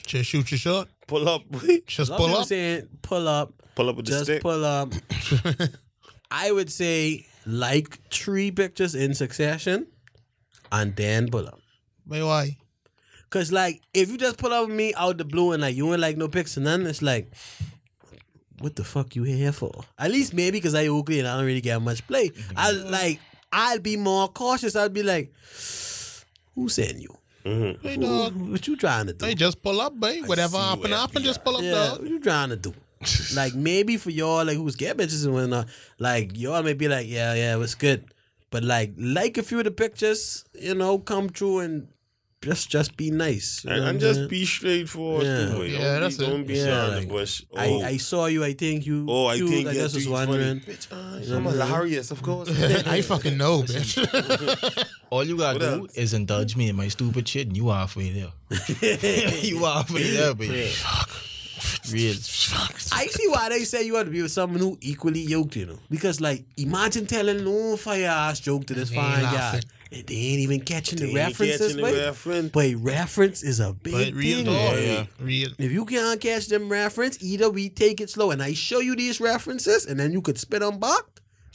[SPEAKER 3] Just shoot your shot.
[SPEAKER 6] Pull up.
[SPEAKER 3] Just
[SPEAKER 5] Some
[SPEAKER 3] pull
[SPEAKER 5] people
[SPEAKER 3] up.
[SPEAKER 5] saying, "Pull up,
[SPEAKER 6] pull up with the
[SPEAKER 5] just
[SPEAKER 6] stick.
[SPEAKER 5] pull up." I would say like three pictures in succession, and then pull up.
[SPEAKER 3] Why? Why?
[SPEAKER 5] Cause like if you just pull up with me out the blue and like you ain't like no pics and none, it's like, what the fuck you here for? At least maybe because I ugly and I don't really get much play. I like I'll be more cautious. I'll be like, who sent you?
[SPEAKER 3] Hey,
[SPEAKER 5] Who-
[SPEAKER 3] dog.
[SPEAKER 5] what you trying to do?
[SPEAKER 3] Hey, just pull up, babe. Whatever happen, happen. Just pull up,
[SPEAKER 5] yeah,
[SPEAKER 3] dog.
[SPEAKER 5] what you trying to do? like maybe for y'all like who's get bitches and whatnot, like y'all may be like, yeah, yeah, what's good, but like like a few of the pictures, you know, come through and just just be nice you
[SPEAKER 6] And,
[SPEAKER 5] know
[SPEAKER 6] and
[SPEAKER 5] what I'm
[SPEAKER 6] just be straightforward.
[SPEAKER 5] Yeah.
[SPEAKER 6] too, boy.
[SPEAKER 3] Yeah,
[SPEAKER 6] don't
[SPEAKER 3] that's
[SPEAKER 6] be,
[SPEAKER 3] it.
[SPEAKER 6] Don't be
[SPEAKER 5] Yeah,
[SPEAKER 6] shy in
[SPEAKER 5] like,
[SPEAKER 6] the bush. Oh,
[SPEAKER 5] I, I saw you. I think you.
[SPEAKER 6] oh, I
[SPEAKER 5] you,
[SPEAKER 6] think
[SPEAKER 5] I
[SPEAKER 6] yeah,
[SPEAKER 5] just
[SPEAKER 6] too,
[SPEAKER 5] was
[SPEAKER 6] it's
[SPEAKER 5] wondering.
[SPEAKER 6] funny. Bitch,
[SPEAKER 5] You
[SPEAKER 6] I, I'm
[SPEAKER 5] know what I mean?
[SPEAKER 6] hilarious, of course.
[SPEAKER 3] I fucking know, bitch.
[SPEAKER 4] All you gotta
[SPEAKER 6] What
[SPEAKER 4] do
[SPEAKER 6] else?
[SPEAKER 4] is indulge me in my stupid shit, and you are halfway there. you are halfway there, but Real.
[SPEAKER 5] I see why they say you have to be with someone who equally yoked, you know. Because like, imagine telling no fire ass joke to this
[SPEAKER 3] They
[SPEAKER 5] fine
[SPEAKER 3] ain't
[SPEAKER 5] guy,
[SPEAKER 3] laughing.
[SPEAKER 5] and they ain't even catching the
[SPEAKER 6] They ain't
[SPEAKER 5] references.
[SPEAKER 6] catching the
[SPEAKER 5] But
[SPEAKER 6] reference.
[SPEAKER 5] but reference is a big
[SPEAKER 4] But real
[SPEAKER 5] thing.
[SPEAKER 4] though.
[SPEAKER 5] man.
[SPEAKER 4] Yeah. Real.
[SPEAKER 5] If you can't catch them reference, either we take it slow and I show you these references, and then you could spit them back.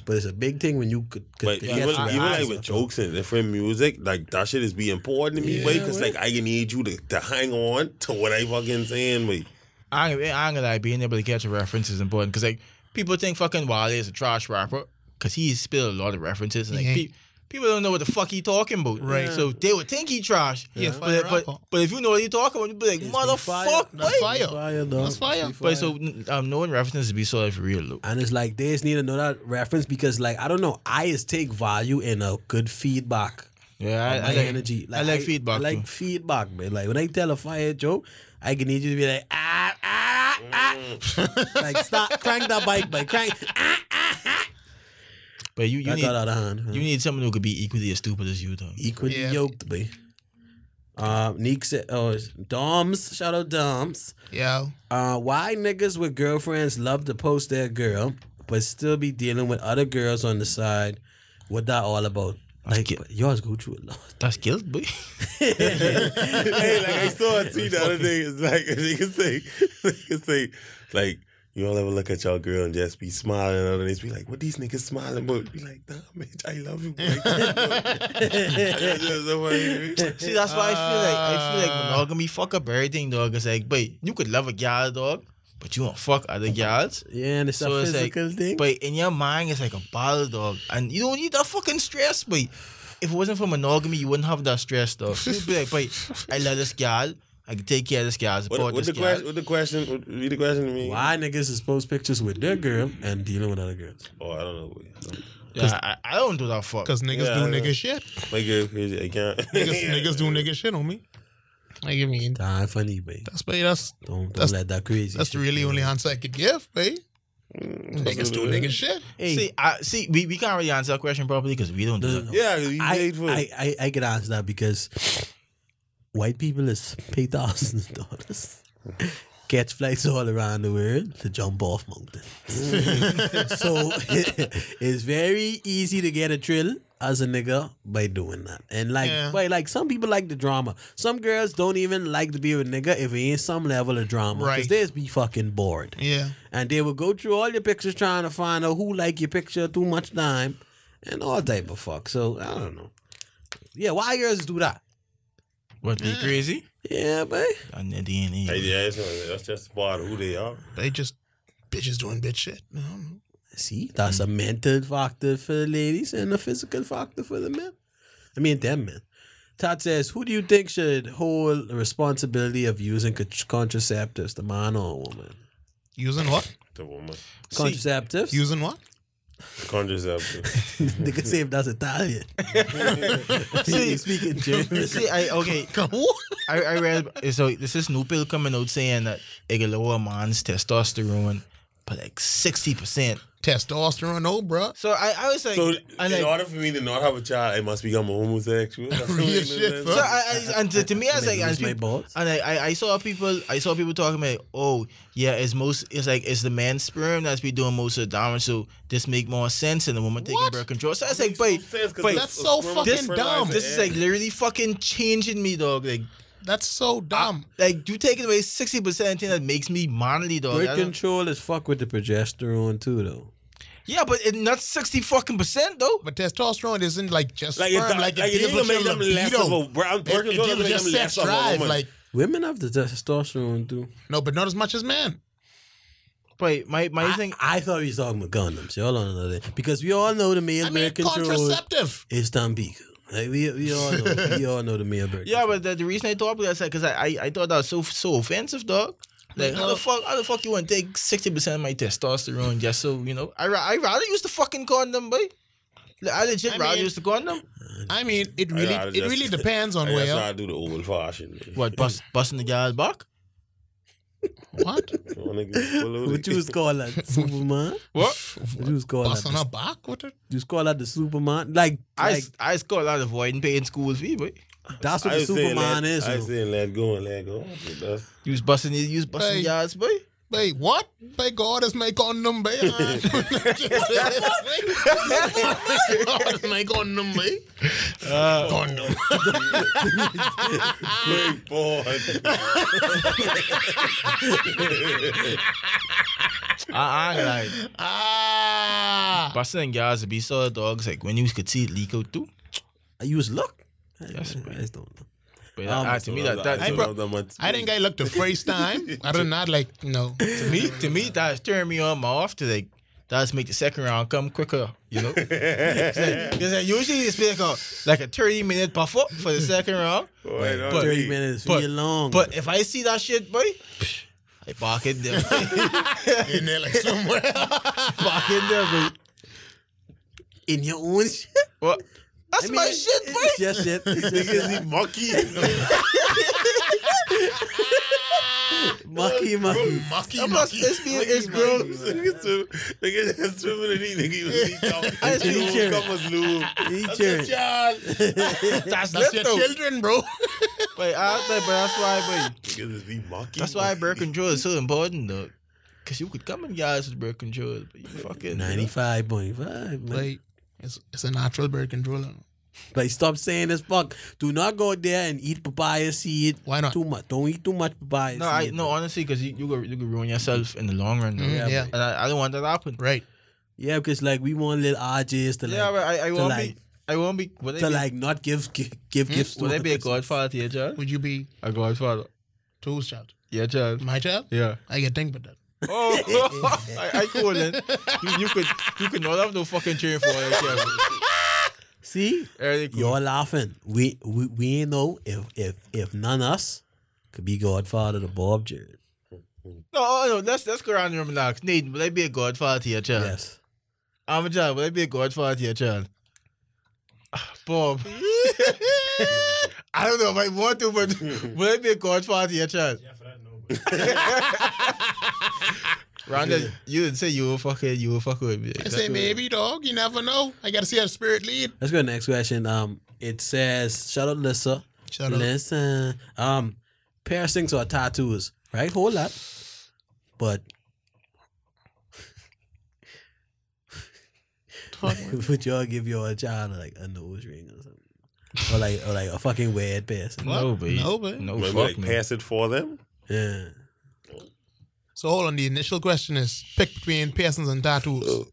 [SPEAKER 5] But it's a big thing when you could. could
[SPEAKER 6] But
[SPEAKER 5] could
[SPEAKER 6] even,
[SPEAKER 5] catch the
[SPEAKER 6] even like
[SPEAKER 5] references.
[SPEAKER 6] with jokes and different music, like that shit is be important to me, yeah, Because like I need you to, to hang on to what I fucking saying, wait.
[SPEAKER 4] I ain't, I ain't gonna lie, being able to catch a reference is important because like people think fucking Wale is a trash rapper because he spilled a lot of references and like
[SPEAKER 3] He
[SPEAKER 4] pe-
[SPEAKER 3] ain't.
[SPEAKER 4] people don't know what the fuck he talking about. Right. So they would think he trash.
[SPEAKER 3] He a fire
[SPEAKER 4] But, but
[SPEAKER 3] rapper.
[SPEAKER 4] but if you know what he talking about, you be like
[SPEAKER 5] It's be fire.
[SPEAKER 4] motherfucker.
[SPEAKER 5] That's
[SPEAKER 4] wait."
[SPEAKER 3] fire.
[SPEAKER 5] Fire, dog.
[SPEAKER 3] That's fire.
[SPEAKER 4] But so um, knowing references be sort of real though.
[SPEAKER 5] And it's like they just need to know that reference because like I don't know, I just take value in a good feedback.
[SPEAKER 4] Yeah, I,
[SPEAKER 5] of
[SPEAKER 4] I
[SPEAKER 5] my
[SPEAKER 4] like
[SPEAKER 5] energy.
[SPEAKER 4] I like feedback.
[SPEAKER 5] I like
[SPEAKER 4] too.
[SPEAKER 5] feedback, man. Like when I tell a fire joke, I can need you to be like ah ah ah, like stop crank that bike, by crank. Ah, ah, ah.
[SPEAKER 4] but you you
[SPEAKER 5] That
[SPEAKER 4] need
[SPEAKER 5] got out of hand. huh?
[SPEAKER 4] you need someone who could be equally as stupid as you though.
[SPEAKER 5] equally
[SPEAKER 3] Yeah.
[SPEAKER 5] yoked, man. Uh, Neek said, "Oh, it's Doms, shout out Doms.
[SPEAKER 3] Yo.
[SPEAKER 5] Uh, why niggas with girlfriends love to post their girl, but still be dealing with other girls on the side? What that all about? Like
[SPEAKER 4] get-
[SPEAKER 5] but yours go through a lot.
[SPEAKER 4] That's guilt, boy.
[SPEAKER 6] hey, like I saw a tweet the other day. It's like they can say, they can say, like you all ever look at your girl and just be smiling, and other niggas be like, "What these niggas smiling?" But be like, "Nah, bitch, I love you." Like, that's just so funny.
[SPEAKER 4] See, that's why I feel like I feel
[SPEAKER 5] Ah.
[SPEAKER 4] like
[SPEAKER 5] Uh,
[SPEAKER 4] monogamy fuck up everything, dog. It's like, but you could love a gal, dog, but you don't fuck other gals.
[SPEAKER 5] Yeah, and it's
[SPEAKER 4] So
[SPEAKER 5] a
[SPEAKER 4] it's like,
[SPEAKER 5] physical thing.
[SPEAKER 4] but in your mind, it's like a bottle, dog, and you don't need that fucking stress, but if it wasn't for monogamy, you wouldn't have that stress, dog. You'd be like, but I love this gal, I can take care of this gal,
[SPEAKER 6] What,
[SPEAKER 4] support
[SPEAKER 6] what
[SPEAKER 4] this
[SPEAKER 6] the
[SPEAKER 4] gal.
[SPEAKER 6] question? What the question? What, read the question to me.
[SPEAKER 5] why niggas is post pictures with their girl and dealing with other girls?
[SPEAKER 6] Oh, I don't know.
[SPEAKER 4] Yeah, I, I don't do that fuck.
[SPEAKER 3] Because niggas
[SPEAKER 6] Yeah,
[SPEAKER 3] do
[SPEAKER 6] I know.
[SPEAKER 3] nigga shit.
[SPEAKER 6] My girl crazy. I can't.
[SPEAKER 3] Niggas, niggas do nigga shit on me. Like, I mean,
[SPEAKER 5] Nah, funny, babe.
[SPEAKER 3] that's, but that's,
[SPEAKER 5] Don't don't
[SPEAKER 3] That's-
[SPEAKER 5] let that crazy.
[SPEAKER 3] that's
[SPEAKER 5] shit
[SPEAKER 3] really
[SPEAKER 5] go.
[SPEAKER 3] only answer I could give, babe. Niggas do nigga shit.
[SPEAKER 5] Hey,
[SPEAKER 4] See, I see. We, we can't really answer that question properly because we don't do
[SPEAKER 5] No,
[SPEAKER 4] that.
[SPEAKER 5] no, no.
[SPEAKER 6] Yeah, you
[SPEAKER 5] I,
[SPEAKER 6] paid for
[SPEAKER 5] I,
[SPEAKER 6] it.
[SPEAKER 5] I I can answer that because white people is pay thousands of dollars. Catch flights all around the world to jump off mountains. so it's very easy to get a thrill as a nigga by doing that. And like
[SPEAKER 3] Yeah.
[SPEAKER 5] by like some people like the drama. Some girls don't even like to be with nigga if it ain't some level of drama. Because
[SPEAKER 3] Right.
[SPEAKER 5] they just be fucking bored
[SPEAKER 3] Yeah.
[SPEAKER 5] and they would go through all your pictures trying to find out who like your picture too much time and all type of fuck. So I don't know. Yeah, why yours do that?
[SPEAKER 4] What be crazy?
[SPEAKER 5] Yeah, but
[SPEAKER 4] And the DNA.
[SPEAKER 6] Hey, yeah, that's not- that's just part of who they are.
[SPEAKER 3] They just, bitches doing bitch shit. I don't know.
[SPEAKER 5] see, that's a mental factor for the ladies and a physical factor for the men. I mean, them men. Todd says, who do you think should hold the responsibility of using con- contraceptives, the man or woman?
[SPEAKER 3] Using what?
[SPEAKER 6] The woman.
[SPEAKER 5] Contraceptives?
[SPEAKER 3] Using what?
[SPEAKER 6] Contraceptive.
[SPEAKER 5] Nigga say if that's Italian. He's speaking German.
[SPEAKER 4] See, I okay. I, I read so this is new pill coming out saying that it can lower a man's testosterone by like sixty percent.
[SPEAKER 3] Testosterone, no, bruh.
[SPEAKER 4] So I, I was like,
[SPEAKER 6] So,
[SPEAKER 4] I
[SPEAKER 6] in
[SPEAKER 4] like
[SPEAKER 6] order for me to not have a child, I must become a homosexual. That's what
[SPEAKER 3] Real
[SPEAKER 6] it is.
[SPEAKER 3] shit,
[SPEAKER 4] so
[SPEAKER 3] bro.
[SPEAKER 4] I, I and to, to me I was
[SPEAKER 5] May
[SPEAKER 4] like,
[SPEAKER 5] lose
[SPEAKER 4] and,
[SPEAKER 5] my
[SPEAKER 4] people,
[SPEAKER 5] balls.
[SPEAKER 4] and I, I I saw people I saw people talking about oh yeah it's most it's like it's the man's sperm that's be doing most of the damage so this make more sense than the woman taking
[SPEAKER 3] What?
[SPEAKER 4] birth control. So I was like,
[SPEAKER 6] no
[SPEAKER 4] wait,
[SPEAKER 6] sense 'cause
[SPEAKER 4] wait,
[SPEAKER 6] the
[SPEAKER 3] that's so
[SPEAKER 6] sperm
[SPEAKER 3] fucking
[SPEAKER 6] fertilizer
[SPEAKER 3] dumb.
[SPEAKER 4] this is like literally fucking changing me, dog. Like
[SPEAKER 3] That's so dumb.
[SPEAKER 4] like you taking away sixty percent of the thing that makes me manly, dog. I
[SPEAKER 5] Birth
[SPEAKER 4] don't-
[SPEAKER 5] control is fuck with the progesterone too, though.
[SPEAKER 4] Yeah, but it, not sixty fucking percent though.
[SPEAKER 3] But testosterone isn't like just
[SPEAKER 6] Like,
[SPEAKER 3] like
[SPEAKER 6] it-
[SPEAKER 3] sperm,
[SPEAKER 6] like,
[SPEAKER 3] like,
[SPEAKER 6] like, it
[SPEAKER 3] it
[SPEAKER 6] doesn't
[SPEAKER 3] deals with
[SPEAKER 6] make
[SPEAKER 3] your
[SPEAKER 6] them less of
[SPEAKER 3] libido.
[SPEAKER 6] a- brown-
[SPEAKER 3] It-
[SPEAKER 6] birth
[SPEAKER 3] It,
[SPEAKER 6] control doesn't
[SPEAKER 3] deals with
[SPEAKER 6] make
[SPEAKER 3] your
[SPEAKER 6] them less
[SPEAKER 3] sex
[SPEAKER 6] of a
[SPEAKER 3] drive.
[SPEAKER 6] woman.
[SPEAKER 3] Like
[SPEAKER 5] Women have the testosterone too.
[SPEAKER 3] no, but not as much as man.
[SPEAKER 4] Wait, my my
[SPEAKER 5] I,
[SPEAKER 4] thing.
[SPEAKER 5] I thought he was talking about condoms. Y'all don't know that because we all know the male
[SPEAKER 3] I mean,
[SPEAKER 5] birth control
[SPEAKER 3] contraceptive.
[SPEAKER 5] is Tambico. Like we, we all know we all know the male birth.
[SPEAKER 4] Yeah,
[SPEAKER 5] control.
[SPEAKER 4] but the, the reason I thought about that because I, I I thought that was so so offensive, dog. Like how the fuck how the fuck you want to take sixty percent of my testosterone just so you know? I ra- I rather use the fucking condom, boy. Like, I legit
[SPEAKER 3] I
[SPEAKER 4] rather
[SPEAKER 3] mean-
[SPEAKER 4] use the condom.
[SPEAKER 3] I mean, it really
[SPEAKER 6] gotta
[SPEAKER 3] it
[SPEAKER 6] just-
[SPEAKER 3] really depends on
[SPEAKER 6] Hey, That's how
[SPEAKER 3] where.
[SPEAKER 6] I do the old fashioned.
[SPEAKER 4] What bust busting the guy's back?
[SPEAKER 3] What?
[SPEAKER 5] what you was call that Superman?
[SPEAKER 4] What?
[SPEAKER 5] What you was call that?
[SPEAKER 3] Bust on her back? What? the-
[SPEAKER 5] You was call that the Superman? Like,
[SPEAKER 4] I
[SPEAKER 5] like
[SPEAKER 4] s- I score a lot of avoiding paying school fee, boy.
[SPEAKER 5] that's what the
[SPEAKER 6] let,
[SPEAKER 5] Superman is.
[SPEAKER 6] I
[SPEAKER 5] you know?
[SPEAKER 6] said let go and let go. That's,
[SPEAKER 4] You was busting you was busting
[SPEAKER 3] Hey.
[SPEAKER 4] yards, boy.
[SPEAKER 3] Wait, what? By God is my con number. God is my con number.
[SPEAKER 6] Uh,
[SPEAKER 3] Con number.
[SPEAKER 6] Big boy.
[SPEAKER 4] I, I like
[SPEAKER 3] Ah.
[SPEAKER 4] busting and guys to be solid dogs. Like when you could see Lico too.
[SPEAKER 5] You was look. Yes,
[SPEAKER 4] man.
[SPEAKER 5] I just don't know.
[SPEAKER 4] But
[SPEAKER 5] Um,
[SPEAKER 4] uh, to me that, that
[SPEAKER 3] I
[SPEAKER 4] to
[SPEAKER 3] bro-
[SPEAKER 4] me-
[SPEAKER 3] I think I looked the first time. I did not like no.
[SPEAKER 4] to me to me that's turning me on my off to like that's make the second round come quicker. You know. Because like, usually it's been like a, like a 30 minute buffer for the second round. but-
[SPEAKER 6] But
[SPEAKER 5] 30 minutes,
[SPEAKER 4] but-
[SPEAKER 5] real
[SPEAKER 3] Oh
[SPEAKER 5] long.
[SPEAKER 4] But if I see that shit, boy, I bark it there.
[SPEAKER 3] In there like somewhere.
[SPEAKER 4] bark it there, boy.
[SPEAKER 5] in your own shit.
[SPEAKER 4] What? That's
[SPEAKER 5] I mean,
[SPEAKER 4] my
[SPEAKER 5] it-
[SPEAKER 4] shit, boy.
[SPEAKER 5] It's just shit. It's just shit.
[SPEAKER 6] Niggas, he monkey.
[SPEAKER 5] Monkey, monkey.
[SPEAKER 3] Mucky,
[SPEAKER 4] That must
[SPEAKER 3] mucky.
[SPEAKER 4] it's been it's grown.
[SPEAKER 6] Niggas swim- niggas just swimming in these niggas. was leaked out.
[SPEAKER 4] I see
[SPEAKER 6] Lube,
[SPEAKER 5] you.
[SPEAKER 6] come was lube.
[SPEAKER 5] He
[SPEAKER 6] That's
[SPEAKER 5] cheering.
[SPEAKER 6] your child.
[SPEAKER 4] That's
[SPEAKER 3] That's
[SPEAKER 4] lit
[SPEAKER 3] your
[SPEAKER 4] though.
[SPEAKER 3] children, bro.
[SPEAKER 4] But I but that's why but
[SPEAKER 6] Niggas is he monkey.
[SPEAKER 4] that's why birth control is so important though. Cause you could come in guys with birth control, but you fucking
[SPEAKER 5] 95.5, man.
[SPEAKER 3] Like, it's, it's a natural birth control.
[SPEAKER 5] Like, stop saying this fuck. Do not go there and eat papaya seed.
[SPEAKER 3] Why not?
[SPEAKER 5] Too much. Don't eat too much papaya
[SPEAKER 4] No, I
[SPEAKER 5] seed.
[SPEAKER 4] no honestly, cause you you could, you could ruin yourself in the long run. though.
[SPEAKER 5] Mm,
[SPEAKER 3] Mhm, Yeah, yeah.
[SPEAKER 4] and I, I don't want that to happen.
[SPEAKER 3] Right.
[SPEAKER 5] Yeah, because, like, we want little RJs to, like,
[SPEAKER 4] Yeah, but I, I won't
[SPEAKER 5] like-
[SPEAKER 4] be I won't be would I
[SPEAKER 5] to,
[SPEAKER 4] be,
[SPEAKER 5] like not give gi- give gifts to
[SPEAKER 4] would I be a
[SPEAKER 5] others.
[SPEAKER 4] godfather to your child?
[SPEAKER 3] Would you be
[SPEAKER 4] A godfather,
[SPEAKER 3] two's child?
[SPEAKER 4] your child.
[SPEAKER 3] My child?
[SPEAKER 4] Yeah.
[SPEAKER 3] I get think about that.
[SPEAKER 4] Oh, I, I couldn't. You, you could you could not have no fucking cheering for your child.
[SPEAKER 5] See?
[SPEAKER 4] Eric,
[SPEAKER 5] You're laughing. We we we ain't know if if if none us could be godfather to Bob Jared.
[SPEAKER 4] No, oh, no, let's let's go around the room and ask. Nathan, will I be a godfather to your child?
[SPEAKER 5] Yes.
[SPEAKER 4] I'm a child, will I be a godfather to your child? Ah, Bob. I don't know if I want to, but will I be a godfather to your child? Yeah, for that, no. Rhonda, you didn't say you were fucking, you were fucking with me.
[SPEAKER 3] I say, maybe, dog. You never know. I got to see how the spirit lead.
[SPEAKER 5] Let's go to the next question. Um it says shout out Lissa.
[SPEAKER 3] Shout out.
[SPEAKER 5] Listen. Um piercings or tattoos, right? Whole lot. But would y'all give your child like a nose ring or something? Or like or like a fucking weird piercing.
[SPEAKER 4] No,
[SPEAKER 3] What?
[SPEAKER 4] babe.
[SPEAKER 3] No, babe.
[SPEAKER 4] No,
[SPEAKER 6] Maybe,
[SPEAKER 4] fuck
[SPEAKER 6] like,
[SPEAKER 4] no.
[SPEAKER 6] pass it for them.
[SPEAKER 5] Yeah.
[SPEAKER 3] So hold on. The initial question is pick between piercings and tattoos.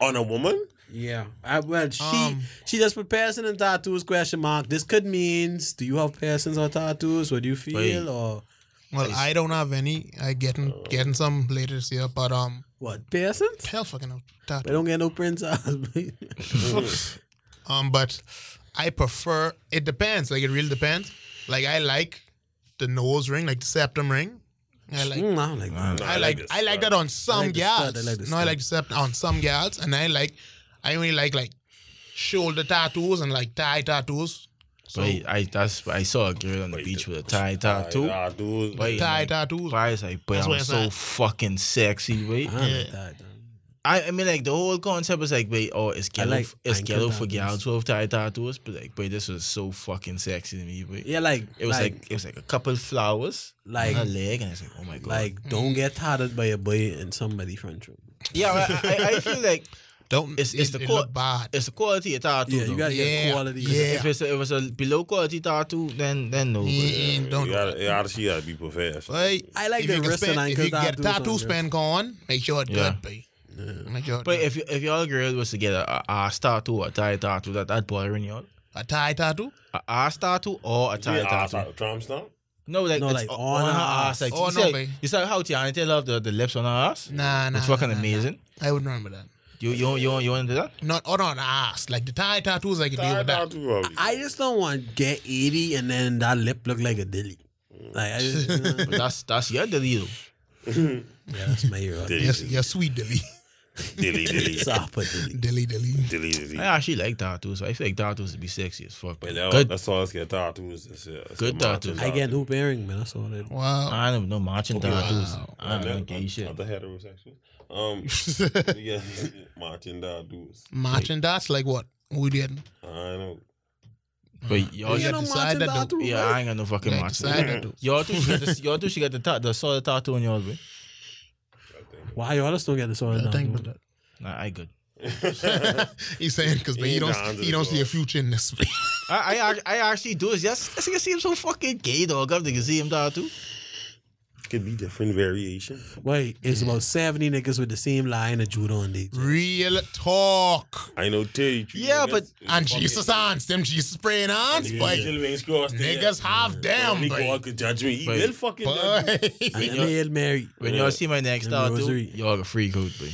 [SPEAKER 6] On a woman?
[SPEAKER 5] Yeah. I, well, she
[SPEAKER 3] Um,
[SPEAKER 5] she just put piercing and tattoos question mark. This could mean do you have piercings or tattoos? What do you feel
[SPEAKER 4] Wait.
[SPEAKER 5] or
[SPEAKER 3] Well, I Oh. don't have any. I getting getting some later this year, but um,
[SPEAKER 5] what piercings?
[SPEAKER 3] hell fucking no
[SPEAKER 5] They
[SPEAKER 3] tattoo.
[SPEAKER 5] don't get no prints out.
[SPEAKER 3] Um, but I prefer. It depends. Like it really depends. Like I like the nose ring, like the septum ring. I like. uh,
[SPEAKER 5] Mm, I don't like that.
[SPEAKER 3] I like I like that on some
[SPEAKER 5] like the
[SPEAKER 3] gals.
[SPEAKER 5] stud, I like the
[SPEAKER 3] no, I
[SPEAKER 5] stud.
[SPEAKER 3] like the sep- on some gals, and I like I only like like shoulder tattoos and like thigh tattoos. So
[SPEAKER 4] Wait, I that's I saw a girl on the beach with a tie tattoo.
[SPEAKER 6] Nah, dude.
[SPEAKER 4] Wait,
[SPEAKER 3] thigh
[SPEAKER 4] man.
[SPEAKER 3] tattoos.
[SPEAKER 4] Why is like, but
[SPEAKER 3] That's what
[SPEAKER 4] I'm
[SPEAKER 3] it's
[SPEAKER 4] so
[SPEAKER 3] at.
[SPEAKER 4] fucking sexy, wait.
[SPEAKER 5] I don't
[SPEAKER 3] Yeah.
[SPEAKER 5] like that. dog.
[SPEAKER 4] I, I mean, like the whole concept is like, wait, oh, it's yellow,
[SPEAKER 5] like
[SPEAKER 4] it's
[SPEAKER 5] ankle
[SPEAKER 4] yellow for gals
[SPEAKER 5] tattoos.
[SPEAKER 4] who have tie tattoos, but like, wait, this was so fucking sexy to me, wait.
[SPEAKER 5] Yeah, like
[SPEAKER 4] It was like, it was like a couple flowers
[SPEAKER 5] Like-
[SPEAKER 4] on her leg, and I was like, oh my god.
[SPEAKER 5] like
[SPEAKER 3] Mm.
[SPEAKER 5] don't get tatted by a boy in somebody front room.
[SPEAKER 4] yeah, I, I, I feel like
[SPEAKER 3] Don't
[SPEAKER 4] It's-
[SPEAKER 3] it's,
[SPEAKER 4] it's the
[SPEAKER 3] the it
[SPEAKER 4] co-
[SPEAKER 3] look bad.
[SPEAKER 4] it's the quality of tattoo.
[SPEAKER 5] Yeah, you
[SPEAKER 4] though.
[SPEAKER 5] gotta get
[SPEAKER 3] Yeah.
[SPEAKER 5] quality.
[SPEAKER 3] Yeah.
[SPEAKER 4] If it's a, if it's a below quality tattoo, then then no. but-
[SPEAKER 3] Yeah, Mm, don't
[SPEAKER 6] You
[SPEAKER 3] do
[SPEAKER 6] gotta,
[SPEAKER 3] that.
[SPEAKER 6] you gotta, she gotta be professional.
[SPEAKER 3] But
[SPEAKER 5] I like
[SPEAKER 3] if
[SPEAKER 5] the
[SPEAKER 3] you can
[SPEAKER 5] wrist
[SPEAKER 3] spend-
[SPEAKER 5] and
[SPEAKER 3] If
[SPEAKER 5] ankle
[SPEAKER 3] you can get a
[SPEAKER 5] tattoos on
[SPEAKER 3] tattoo
[SPEAKER 5] girls.
[SPEAKER 3] span going, make sure it
[SPEAKER 4] Yeah.
[SPEAKER 3] good, be. Make sure it
[SPEAKER 4] But
[SPEAKER 3] good.
[SPEAKER 4] if you, if y'all girl was to get a, a ass tattoo or a tie tattoo, that that bothering y'all.
[SPEAKER 3] a thigh tattoo.
[SPEAKER 4] A ass tattoo or a tie
[SPEAKER 6] Yeah, I
[SPEAKER 4] tattoo.
[SPEAKER 6] thought Trump stomp?
[SPEAKER 4] No, like,
[SPEAKER 5] No,
[SPEAKER 4] it's
[SPEAKER 5] like,
[SPEAKER 4] o-
[SPEAKER 5] on
[SPEAKER 4] on, her
[SPEAKER 5] her
[SPEAKER 4] ass. Like,
[SPEAKER 3] Oh,
[SPEAKER 4] you,
[SPEAKER 3] no,
[SPEAKER 4] see,
[SPEAKER 3] babe.
[SPEAKER 4] you saw how Tiana love the, the lips on her ass?
[SPEAKER 3] Nah, nah.
[SPEAKER 4] it's
[SPEAKER 3] nah,
[SPEAKER 4] fucking
[SPEAKER 3] nah, nah.
[SPEAKER 4] amazing.
[SPEAKER 3] I wouldn't remember that.
[SPEAKER 4] You you you you want to do that?
[SPEAKER 3] Not or not ass. Like the thigh tattoos, I can deal
[SPEAKER 6] Tie
[SPEAKER 3] with that.
[SPEAKER 6] tattoo probably.
[SPEAKER 5] I just don't want to get eighty and then that lip look like a dilly. Like I just,
[SPEAKER 4] But that's that's your deal.
[SPEAKER 5] yeah, that's my hero.
[SPEAKER 6] Dilly,
[SPEAKER 3] Yes, yes, sweet dilly,
[SPEAKER 6] dilly, dilly,
[SPEAKER 5] Soft dilly.
[SPEAKER 3] dilly, dilly.
[SPEAKER 6] dilly, dilly.
[SPEAKER 4] I actually like tattoos. I feel like tattoos would be sexy as fuck.
[SPEAKER 6] But that,
[SPEAKER 4] Good.
[SPEAKER 6] that's all us get tattoos. That's, yeah, that's
[SPEAKER 4] Good
[SPEAKER 6] the mountain
[SPEAKER 4] tattoos.
[SPEAKER 5] I get hoop earring, man. That's all I do.
[SPEAKER 3] Wow.
[SPEAKER 4] I don't know marching tattoos. I
[SPEAKER 6] And that-
[SPEAKER 4] don't know gay shit.
[SPEAKER 6] Other heterosexual. Um, yeah, Martin tattoos.
[SPEAKER 3] Marching dots like what? We did.
[SPEAKER 6] I know.
[SPEAKER 4] But y'all
[SPEAKER 3] You
[SPEAKER 4] got
[SPEAKER 3] know,
[SPEAKER 4] the,
[SPEAKER 3] decide that though.
[SPEAKER 4] yeah, I ain't got no fucking
[SPEAKER 3] Like,
[SPEAKER 4] marching.
[SPEAKER 3] decide that though.
[SPEAKER 4] Y'all too, she got the, y'all too, she got the, ta- the solid tattoo on y'all, way.
[SPEAKER 5] Why y'all just don't get this one?
[SPEAKER 3] I think about
[SPEAKER 4] Nah, I good.
[SPEAKER 3] that. He's saying because he
[SPEAKER 6] ain't
[SPEAKER 3] don't
[SPEAKER 6] down to
[SPEAKER 3] he
[SPEAKER 6] the
[SPEAKER 3] don't
[SPEAKER 6] door.
[SPEAKER 3] see a future in this.
[SPEAKER 4] I, I ac- I actually do this. Yes, this nigga seems so fucking gay, dog. I'm nigga see him dog too.
[SPEAKER 6] Could be different variation.
[SPEAKER 5] Wait, it's about 70 niggas with the same line of Judah on these.
[SPEAKER 3] Real talk.
[SPEAKER 6] I know tell you. true
[SPEAKER 4] Yeah,
[SPEAKER 6] niggas
[SPEAKER 4] but-
[SPEAKER 6] is
[SPEAKER 3] And
[SPEAKER 6] fucking-
[SPEAKER 3] Jesus ants, them Jesus praying ants,
[SPEAKER 6] Niggas
[SPEAKER 3] but
[SPEAKER 6] still ain't crossed the-
[SPEAKER 3] niggas have them,
[SPEAKER 6] Only
[SPEAKER 3] boy.
[SPEAKER 6] God could judge me. He
[SPEAKER 4] But-
[SPEAKER 6] will fucking judge me.
[SPEAKER 3] Boy.
[SPEAKER 5] And Hail Mary.
[SPEAKER 4] When y'all see my next
[SPEAKER 5] And
[SPEAKER 4] dog too,
[SPEAKER 5] rosary.
[SPEAKER 4] y'all a free coat, boy.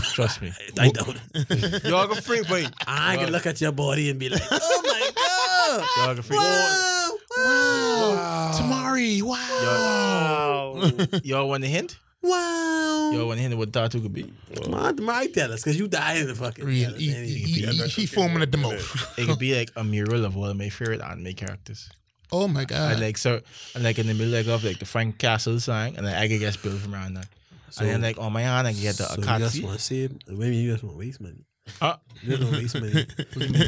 [SPEAKER 4] Trust me,
[SPEAKER 5] I don't.
[SPEAKER 4] y'all a free boy.
[SPEAKER 5] I can look at your body and be like, oh my God.
[SPEAKER 4] Y'all a free.
[SPEAKER 5] Wow. Wow.
[SPEAKER 3] Tamari, wow.
[SPEAKER 6] Wow.
[SPEAKER 4] Y'all want a hint?
[SPEAKER 5] Wow.
[SPEAKER 4] Y'all want a hint of what tattoo could be?
[SPEAKER 5] Mind, mind tell us, because you dying to fucking
[SPEAKER 3] Real.
[SPEAKER 5] tell us
[SPEAKER 3] He,
[SPEAKER 5] anything.
[SPEAKER 3] he, he, he foaming at the mouth.
[SPEAKER 4] It could be like a mural of one of my favorite anime characters.
[SPEAKER 3] Oh my
[SPEAKER 4] And
[SPEAKER 3] God.
[SPEAKER 4] like so, and like in the middle like, of like the Frank Castle sign, and like, I could get built from around that. and then like on my hand, I can get the
[SPEAKER 5] so you just
[SPEAKER 4] Akatsuki.
[SPEAKER 5] want to save, maybe you just want waste money.
[SPEAKER 4] Uh,
[SPEAKER 5] You don't waste money.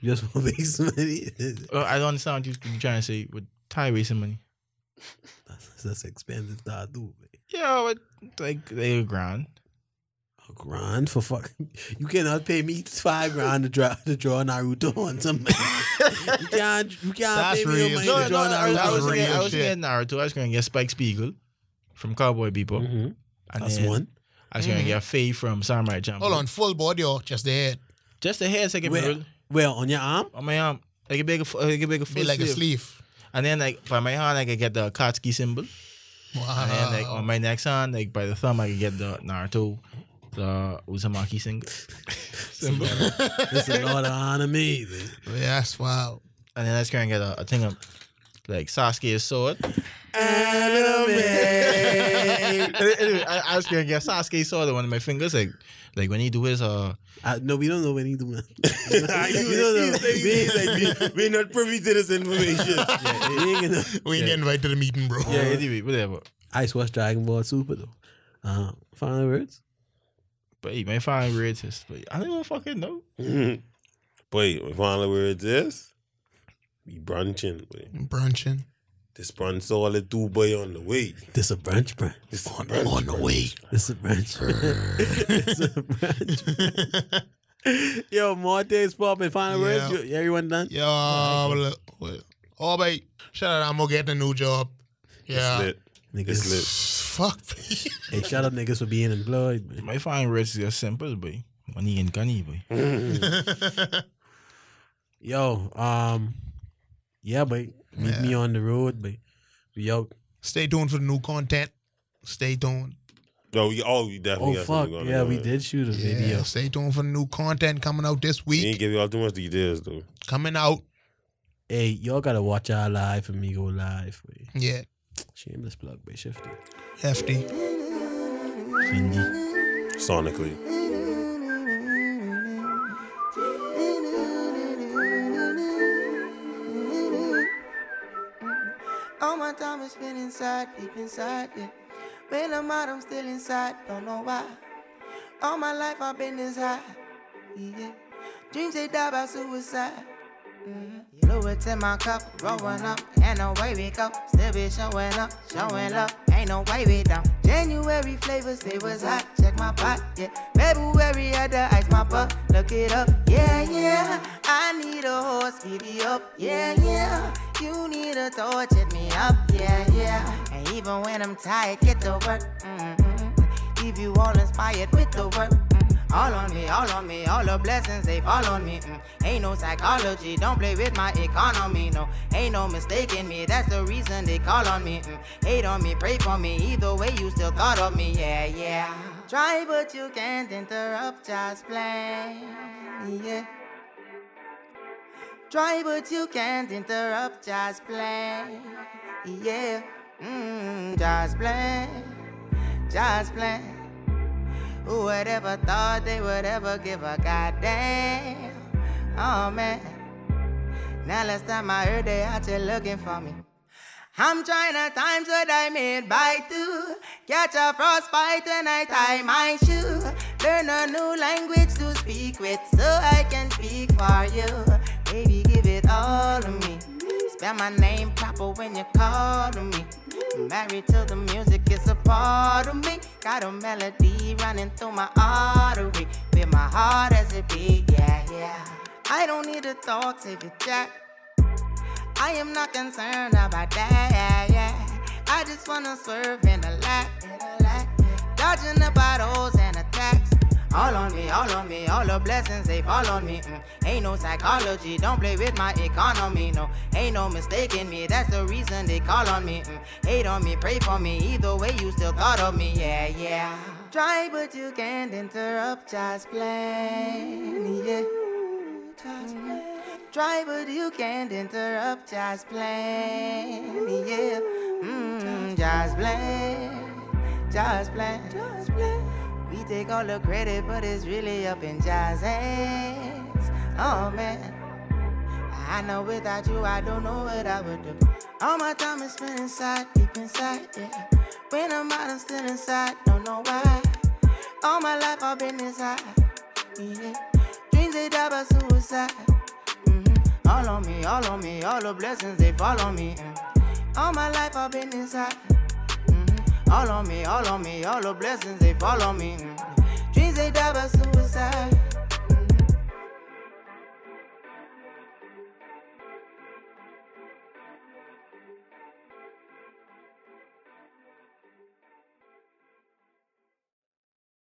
[SPEAKER 5] You just want waste money.
[SPEAKER 4] uh, I don't understand what you, you trying to say with Thai wasting money.
[SPEAKER 5] that's, that's expensive to do. man.
[SPEAKER 4] Yeah, but like they a grand.
[SPEAKER 5] A grand for fucking. You cannot pay me five grand to draw to draw Naruto on somebody. you can't. You can't
[SPEAKER 3] That's
[SPEAKER 5] pay me no
[SPEAKER 3] real shit.
[SPEAKER 5] money
[SPEAKER 4] No,
[SPEAKER 5] to
[SPEAKER 4] no,
[SPEAKER 5] draw
[SPEAKER 4] I,
[SPEAKER 5] Naruto.
[SPEAKER 4] I
[SPEAKER 3] That
[SPEAKER 4] was
[SPEAKER 3] was
[SPEAKER 4] thinking,
[SPEAKER 3] real
[SPEAKER 4] I was
[SPEAKER 3] shit.
[SPEAKER 4] thinking Naruto. I was gonna get Spike Spiegel from Cowboy Bebop.
[SPEAKER 3] Mm-hmm.
[SPEAKER 5] Mhm.
[SPEAKER 4] And
[SPEAKER 5] That's
[SPEAKER 4] then
[SPEAKER 5] one.
[SPEAKER 4] I was gonna get Faye from Samurai Champloo.
[SPEAKER 3] Hold on, full body or just the head?
[SPEAKER 4] just the hair, second
[SPEAKER 5] Where?
[SPEAKER 4] mural
[SPEAKER 5] Well, on your arm.
[SPEAKER 4] on my arm. Like a big, like a big
[SPEAKER 3] Be like a sleeve.
[SPEAKER 4] And then like by my hand, I could get the Akatsuki symbol.
[SPEAKER 3] Wow.
[SPEAKER 4] And then like on my next hand, like by the thumb, I could get the Naruto, the Uzumaki symbol. symbol.
[SPEAKER 5] It's a lot of anime. man.
[SPEAKER 3] Yes, wow.
[SPEAKER 4] and then I was gonna get a, a thing of like Sasuke's sword. anyway, I, I was gonna get Sasuke's sword on one of my fingers, like like when he do his uh
[SPEAKER 5] I, no, we don't know when he do it.
[SPEAKER 6] You
[SPEAKER 5] We don't know.
[SPEAKER 6] know,
[SPEAKER 5] We ain't-
[SPEAKER 6] we're not privy to this information.
[SPEAKER 5] we ain't gonna-
[SPEAKER 3] We ain't get invited to the meeting, bro.
[SPEAKER 4] yeah anyway whatever.
[SPEAKER 5] I just watched Dragon Ball Super though. Uh, final words.
[SPEAKER 4] But he may find greatest, but I don't even fucking know.
[SPEAKER 6] Wait, we finally where it is? We brunching. Wait.
[SPEAKER 3] Brunching.
[SPEAKER 6] This brunch all the two boy on the way.
[SPEAKER 5] This a brunch, brunch.
[SPEAKER 6] This
[SPEAKER 3] On,
[SPEAKER 6] brunch,
[SPEAKER 3] on the
[SPEAKER 6] brunch.
[SPEAKER 3] way.
[SPEAKER 5] This is brunch. this is brunch. Yo, more things popping. Final
[SPEAKER 3] Yeah.
[SPEAKER 5] words. You, everyone done?
[SPEAKER 3] Yeah, well, well, oh, but shut up. I'm gonna get a new job.
[SPEAKER 6] It's
[SPEAKER 3] Yeah.
[SPEAKER 6] lit. It's
[SPEAKER 5] Niggas.
[SPEAKER 6] lit.
[SPEAKER 3] Fuck me.
[SPEAKER 5] Hey, shout out niggas for being employed. Man.
[SPEAKER 4] My find greatest is simple, but money and gunny, but
[SPEAKER 5] Yo, um, yeah, but meet me on the road, but yo,
[SPEAKER 3] Stay tuned for the new content. Stay tuned.
[SPEAKER 6] No, we, oh, we
[SPEAKER 5] oh
[SPEAKER 6] definitely got
[SPEAKER 5] fuck,
[SPEAKER 6] something going
[SPEAKER 5] yeah,
[SPEAKER 6] on,
[SPEAKER 5] we
[SPEAKER 6] man.
[SPEAKER 5] did shoot a
[SPEAKER 3] Yeah.
[SPEAKER 5] video.
[SPEAKER 3] Stay tuned for the new content coming out this
[SPEAKER 6] We
[SPEAKER 3] week.
[SPEAKER 6] ain't give y'all too much details, though.
[SPEAKER 3] Coming out.
[SPEAKER 5] Hey, y'all gotta watch our live and me go live. Man.
[SPEAKER 3] Yeah.
[SPEAKER 5] Shameless plug, but shifty.
[SPEAKER 3] Hefty.
[SPEAKER 6] Sonically.
[SPEAKER 7] All my time is spent inside, deep inside, yeah. When I'm out, I'm still inside, don't know why. All my life I've been this high, yeah. Dreams they die by suicide. Fluids in my cup, rolling up. Ain't no way we go. Still be showing up, showing love. Ain't no way we down. January flavors, they was hot. Check my pot, yeah. February had to ice my butt. Look it up, yeah, yeah. I need a horse, giddy up, yeah, yeah. You need a torch, hit me up, yeah, yeah. And even when I'm tired, get to work. mm, mm, mm. Leave you all inspired with the work. mm. All on me, all on me, all the blessings they fall on me. mm. Ain't no psychology, don't play with my economy. No, ain't no mistaking me, that's the reason they call on me. mm. Hate on me, pray for me, either way you still thought of me. Yeah, yeah. Try but you can't interrupt, just play. Yeah. Try but you can't interrupt, just play. Yeah, mm, just play, just play. Who would ever thought they would ever give a goddamn? Oh man. Now last time I heard they out here looking for me. I'm trying to time so I made by two. Catch a frostbite when I tie my shoe. Learn a new language to speak with so I can speak for you. Baby, give it all to me. Spell my name proper when you call to me. Married to the music, it's a part of me. Got a melody running through my artery. With my heart as it beat, yeah, yeah. I don't need a thought, save it, Jack. I am not concerned about that, yeah, yeah. I just wanna serve in a lack, dodging the bottles and attacks. All on me, all on me, all the blessings they fall on me. mm. Ain't no psychology, don't play with my economy. No, ain't no mistaking me, that's the reason they call on me. mm. Hate on me, pray for me, either way you still thought of me, yeah, yeah. Try, but you can't interrupt, just playing, yeah. Just playing. Try, but you can't interrupt, just playing, yeah. Mm, just playing. Just play, just play. We take all the credit, but it's really up in Jai's hands. Oh man, I know without you, I don't know what I would do. All my time is spent inside, deep inside, yeah. When I'm out, I'm still inside, don't know why. All my life I've been inside, yeah. Dreams they die by suicide. Mhm. All on me, all on me, all the blessings they fall on me. mm. All my life I've been inside. mhm. All on me, all on me, all the blessings they fall on me. mm. Dreams they die by suicide.